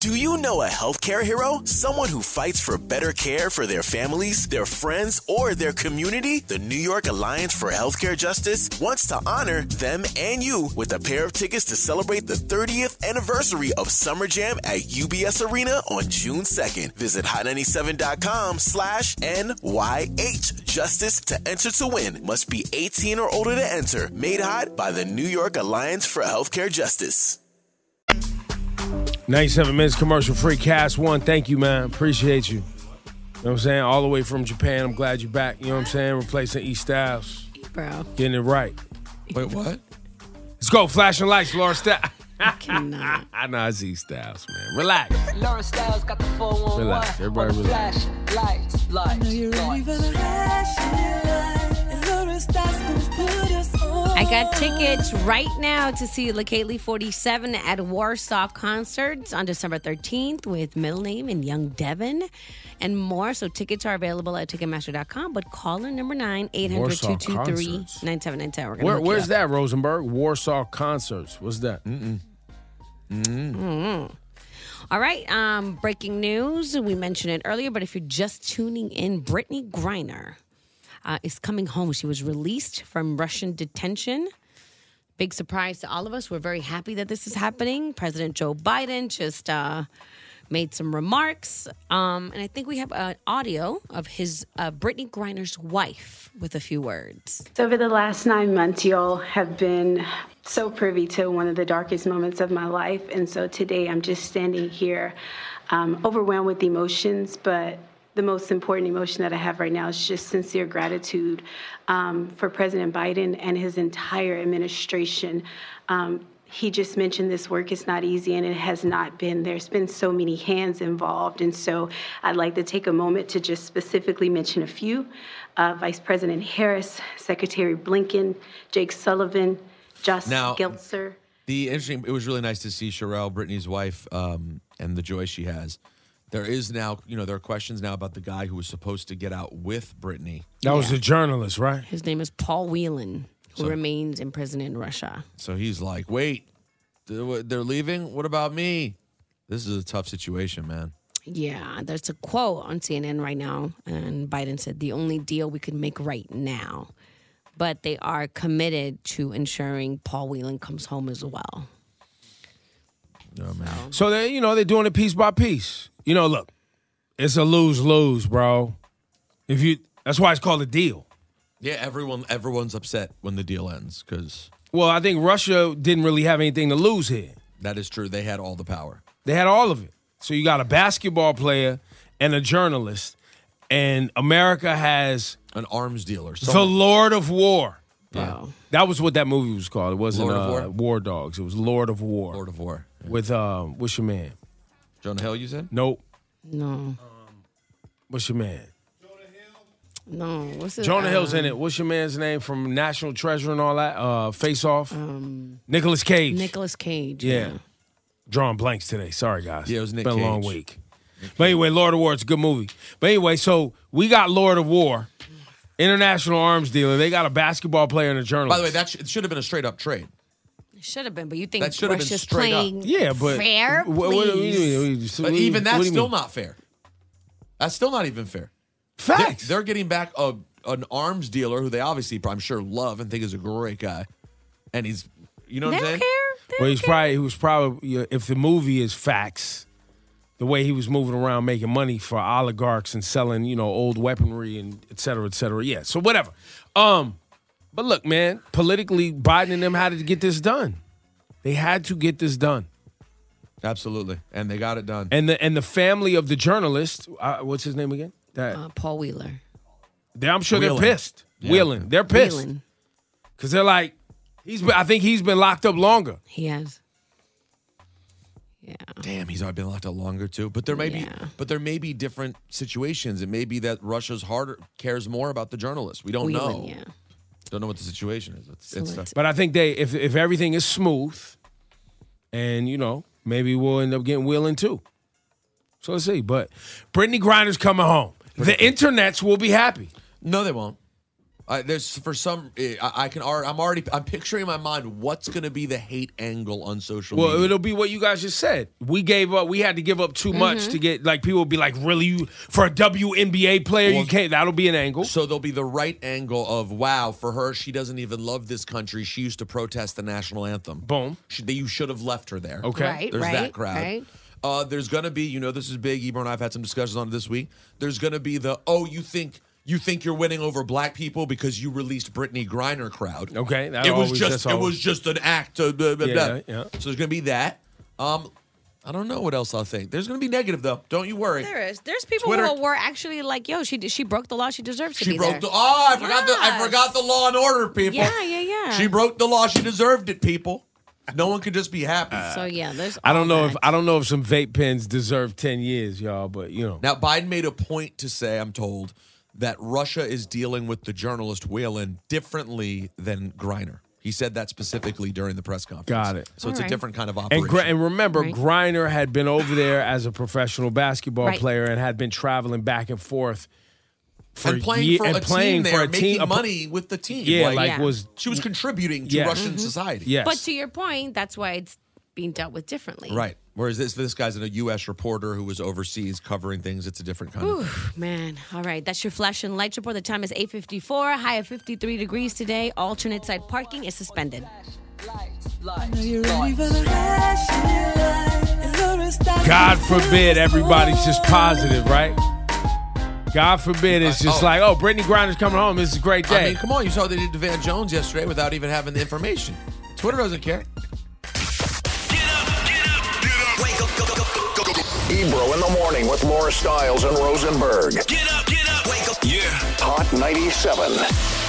Speaker 1: Do you know a healthcare hero? Someone who fights for better care for their families, their friends, or their community? The New York Alliance for Healthcare Justice wants to honor them and you with a pair of tickets to celebrate the 30th anniversary of Summer Jam at UBS Arena on June 2nd. Visit hot97.com slash NYH Justice to enter to win. Must be 18 or older to enter. Made hot by the New York Alliance for Healthcare Justice.
Speaker 4: 97 minutes commercial free cast one. Thank you, man. Appreciate you. You know what I'm saying? All the way from Japan. I'm glad you're back. You know what I'm saying? Replacing E Styles.
Speaker 5: Bro.
Speaker 4: Getting it right.
Speaker 10: Wait, what?
Speaker 4: Let's go. Flashing lights, Laura Styles.
Speaker 5: I cannot.
Speaker 4: I know it's E Styles, man. Relax.
Speaker 12: Laura Styles got the 411
Speaker 4: Relax. Everybody
Speaker 12: on the
Speaker 4: relax.
Speaker 12: flashing lights, lights,
Speaker 5: I got tickets right now to see LaKaylee 47 at Warsaw Concerts on December 13th with Middle Name and Young Devon and more. So tickets are available at Ticketmaster.com, but caller number 9 800
Speaker 4: Warsaw
Speaker 5: 223
Speaker 4: Concerts.
Speaker 5: 9797. We're gonna
Speaker 4: Where,
Speaker 5: hook you
Speaker 4: where's
Speaker 5: up.
Speaker 4: that, Rosenberg? Warsaw Concerts. What's that? Mm-mm. Mm-mm.
Speaker 5: Mm. All right, um, breaking news. We mentioned it earlier, but if you're just tuning in, Brittany Griner uh, is coming home. She was released from Russian detention. Big surprise to all of us. We're very happy that this is happening. President Joe Biden just uh, made some remarks, um, and I think we have an audio of his uh, Brittany Griner's wife with a few words.
Speaker 2: So, over the last nine months, y'all have been so privy to one of the darkest moments of my life. And so today I'm just standing here um, overwhelmed with emotions, but the most important emotion that I have right now is just sincere gratitude um, for President Biden and his entire administration. Um, he just mentioned this work is not easy and it has not been. There's been so many hands involved. And so I'd like to take a moment to just specifically mention a few uh, Vice President Harris, Secretary Blinken, Jake Sullivan, Josh
Speaker 10: Now-
Speaker 2: Geltzer.
Speaker 10: The interesting. It was really nice to see Sherelle, Brittany's wife, um, and the joy she has. There is now, you know, there are questions now about the guy who was supposed to get out with Brittany.
Speaker 4: That was the journalist, right?
Speaker 5: His name is Paul Whelan, who
Speaker 10: So-
Speaker 5: remains in prison in Russia.
Speaker 10: So he's like, "Wait, they're they're leaving. What about me? This is a tough situation, man."
Speaker 5: Yeah, there's a quote on CNN right now, and Biden said the only deal we could make right now, but they are committed to ensuring Paul Whelan comes home as well.
Speaker 4: Oh, So they, you know, they're doing it piece by piece. You know, look, it's a lose lose, bro. If you, that's why it's called a deal.
Speaker 10: Yeah, everyone everyone's upset when the deal ends because
Speaker 4: Well, I think Russia didn't really have anything to lose here.
Speaker 10: that is true. They had all the power.
Speaker 4: They had all of it. So you got a basketball player and a journalist, and America has
Speaker 10: an arms dealer.
Speaker 4: The Lord of War.
Speaker 5: Wow.
Speaker 4: That was what that movie was called. It wasn't
Speaker 10: Lord of
Speaker 4: uh,
Speaker 10: War?
Speaker 4: War? Dogs. It was Lord of War. Lord
Speaker 10: of War.
Speaker 4: With um, what's your man?
Speaker 10: Jonah Hill, you said?
Speaker 4: Nope.
Speaker 5: No.
Speaker 4: What's your man?
Speaker 5: No, what's it?
Speaker 4: Jonah Hill's
Speaker 5: um,
Speaker 4: in it. What's your man's name from National Treasure and all that? Uh, Face Off. Um, Nicholas Cage.
Speaker 5: Nicolas Cage.
Speaker 4: yeah. Drawing blanks today. Sorry, guys.
Speaker 10: Yeah, it was Nick
Speaker 4: Been a long
Speaker 10: Cage.
Speaker 4: week. But anyway, Lord of War. It's a good movie. But anyway, so we got Lord of War, international arms dealer. They got a basketball player and a journalist.
Speaker 10: By the way, that sh- it should have been a straight up trade.
Speaker 5: It should have been, but you think
Speaker 10: That should have been
Speaker 5: Russia's
Speaker 10: straight up.
Speaker 5: playing
Speaker 4: Yeah, but
Speaker 5: fair?
Speaker 4: Wh- what do you
Speaker 5: please?
Speaker 4: mean? What do you- so
Speaker 10: But
Speaker 4: what do you-
Speaker 10: even
Speaker 4: what
Speaker 10: that's
Speaker 4: do you
Speaker 10: still
Speaker 4: mean?
Speaker 10: not fair. That's still not even fair.
Speaker 4: Facts.
Speaker 10: They're, they're getting back a an arms dealer who they obviously, I'm sure, love and think is a great guy, and he's, you know what I'm saying?
Speaker 4: Well, he's probably he was probably yeah, if the movie is facts, the way he was moving around making money for oligarchs and selling you know old weaponry and et cetera, et cetera. Yeah, so whatever. Um, but look, man, politically, Biden and them had to get this done. They had to get this done.
Speaker 10: Absolutely, and they got it done.
Speaker 4: And the and the family of the journalist, uh, what's his name again? That
Speaker 5: Uh, Paul Wheeler.
Speaker 4: they, I'm sure
Speaker 5: Whelan.
Speaker 4: they're pissed.
Speaker 5: Yeah.
Speaker 4: Wheeling, they're pissed
Speaker 5: Whelan.
Speaker 4: because they're like, he's. Been, I think he's been locked up longer.
Speaker 5: He has.
Speaker 10: Damn, he's already been locked up longer too. But there may be, but there may be different situations. It may be that Russia's harder cares more about the journalists. We don't
Speaker 4: Whelan,
Speaker 10: know.
Speaker 4: yeah.
Speaker 10: Don't know what the situation is. It's, it's tough.
Speaker 4: But I think they, if if everything is smooth, and you know, maybe we'll end up getting Wheeling too. So let's see. But Brittany Griner's coming home. The internets will be happy.
Speaker 10: No, they won't. I, there's for some. I, I can. al- I'm already. I'm picturing in my mind what's going to be the hate angle on social
Speaker 4: Well,
Speaker 10: media.
Speaker 4: it'll be what you guys just said. We gave up. We had to give up too much
Speaker 10: Mhm.
Speaker 4: to get. Like people will be like, really, you for a WNBA player, you can't. That'll be an angle.
Speaker 10: So there'll be the right angle of wow. For her, she doesn't even love this country. She used to protest the national anthem.
Speaker 4: Boom.
Speaker 10: She, they, you should have left her there.
Speaker 4: Okay. Right,
Speaker 10: There's
Speaker 4: right,
Speaker 10: that crowd.
Speaker 4: right.
Speaker 10: Uh, there's gonna be. You know, this is big. Ebro and I've had some discussions on it this week. There's gonna be the oh, you think. You think you're winning over black people because you released Brittany Griner crowd.
Speaker 4: Okay, that
Speaker 10: it was
Speaker 4: always-
Speaker 10: just
Speaker 4: that's
Speaker 10: it
Speaker 4: always-
Speaker 10: was just an act. Of blah, blah,
Speaker 4: Yeah,
Speaker 10: blah. So there's gonna be that. Um, I don't know what else I'll think. There's gonna be negative though. Don't you worry.
Speaker 5: There is. There's people
Speaker 10: Twitter-
Speaker 5: who were actually like, "Yo, she she broke the law. She deserves to
Speaker 10: She
Speaker 5: be
Speaker 10: broke
Speaker 5: there."
Speaker 10: the. Oh, I forgot the. I
Speaker 5: Yes.
Speaker 10: forgot the Law and Order people.
Speaker 5: Yeah, yeah, yeah.
Speaker 10: She broke the law. She deserved it, people. No one could just be happy.
Speaker 5: So yeah, there's.
Speaker 4: I don't know if I don't know if some vape pens deserve ten years, y'all. But you know,
Speaker 10: Now Biden made a point to say, I'm told, that Russia is dealing with the journalist Whalen differently than Griner. He said that specifically during the press conference.
Speaker 4: Got it.
Speaker 10: So it's a
Speaker 4: Alright.
Speaker 10: different kind of
Speaker 4: And,
Speaker 10: operation.
Speaker 4: Gr- and remember,
Speaker 10: Right.
Speaker 4: Griner had been over there as a professional basketball
Speaker 10: Right.
Speaker 4: player and had been traveling back and forth for
Speaker 10: and playing
Speaker 4: ye-
Speaker 10: for
Speaker 4: and
Speaker 10: a
Speaker 4: playing
Speaker 10: team
Speaker 4: for
Speaker 10: there,
Speaker 4: a team-
Speaker 10: making
Speaker 4: a-
Speaker 10: money with the team.
Speaker 4: Yeah, like, was-
Speaker 10: she was contributing to
Speaker 4: Yeah.
Speaker 10: Russian
Speaker 4: Mhm.
Speaker 10: society.
Speaker 5: But to your point, that's why it's being dealt with differently.
Speaker 10: Right. Whereas this this guy's a U.S. reporter who was overseas covering things. It's a different kind of.
Speaker 5: Ooh, man. All right. That's your flash and light report. The time is 8.54. High of 53 degrees today. Alternate side parking is suspended.
Speaker 4: God forbid everybody's just positive, right? God forbid it's just
Speaker 10: Oh.
Speaker 4: like, oh, Brittany Griner's coming home. This is a great
Speaker 10: I
Speaker 4: day.
Speaker 10: mean, come on. You saw they did to Van Jones yesterday without even having the information. Twitter doesn't care.
Speaker 9: Ebro in the morning with Laura Stiles and Rosenberg. Get up, get up, wake up. Yeah. Hot 97.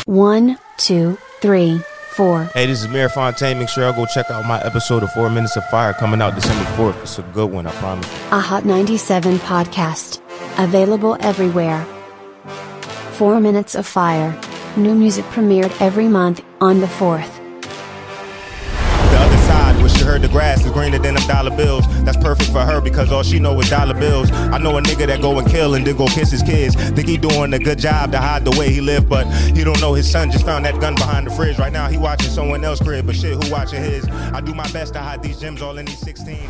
Speaker 6: One, two, three, four.
Speaker 21: Hey, this is Mayor Fontaine. Make sure y'all go check out my episode of Four Minutes of Fire coming out December 4th. It's a good one, I promise.
Speaker 6: A Hot 97 podcast. Available everywhere. Four Minutes of Fire. New music premiered every month on the 4th.
Speaker 21: The other side, where she heard the grass is greener than them dollar bills. That's perfect for her because all she know is dollar bills. I know a nigga that go and kill and then go kiss his kids. Think he doing a good job to hide the way he live, but he don't know his son just found that gun behind the fridge. Right now he watching someone else crib, but shit, who watching his? I do my best to hide these gems all in these 16s.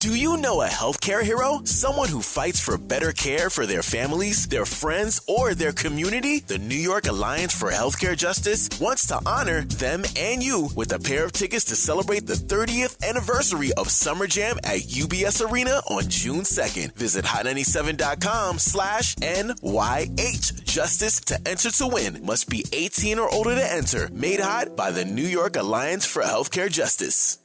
Speaker 1: Do you know a healthcare hero? Someone who fights for better care for their families, their friends, or their community? The New York Alliance for Healthcare Justice wants to honor them and you with a pair of tickets to celebrate the 30th anniversary of Summer Jam at UBS Arena on June 2nd. Visit hot97.com slash NYH Justice to enter to win. Must be 18 or older to enter. Made hot by the New York Alliance for Healthcare Justice.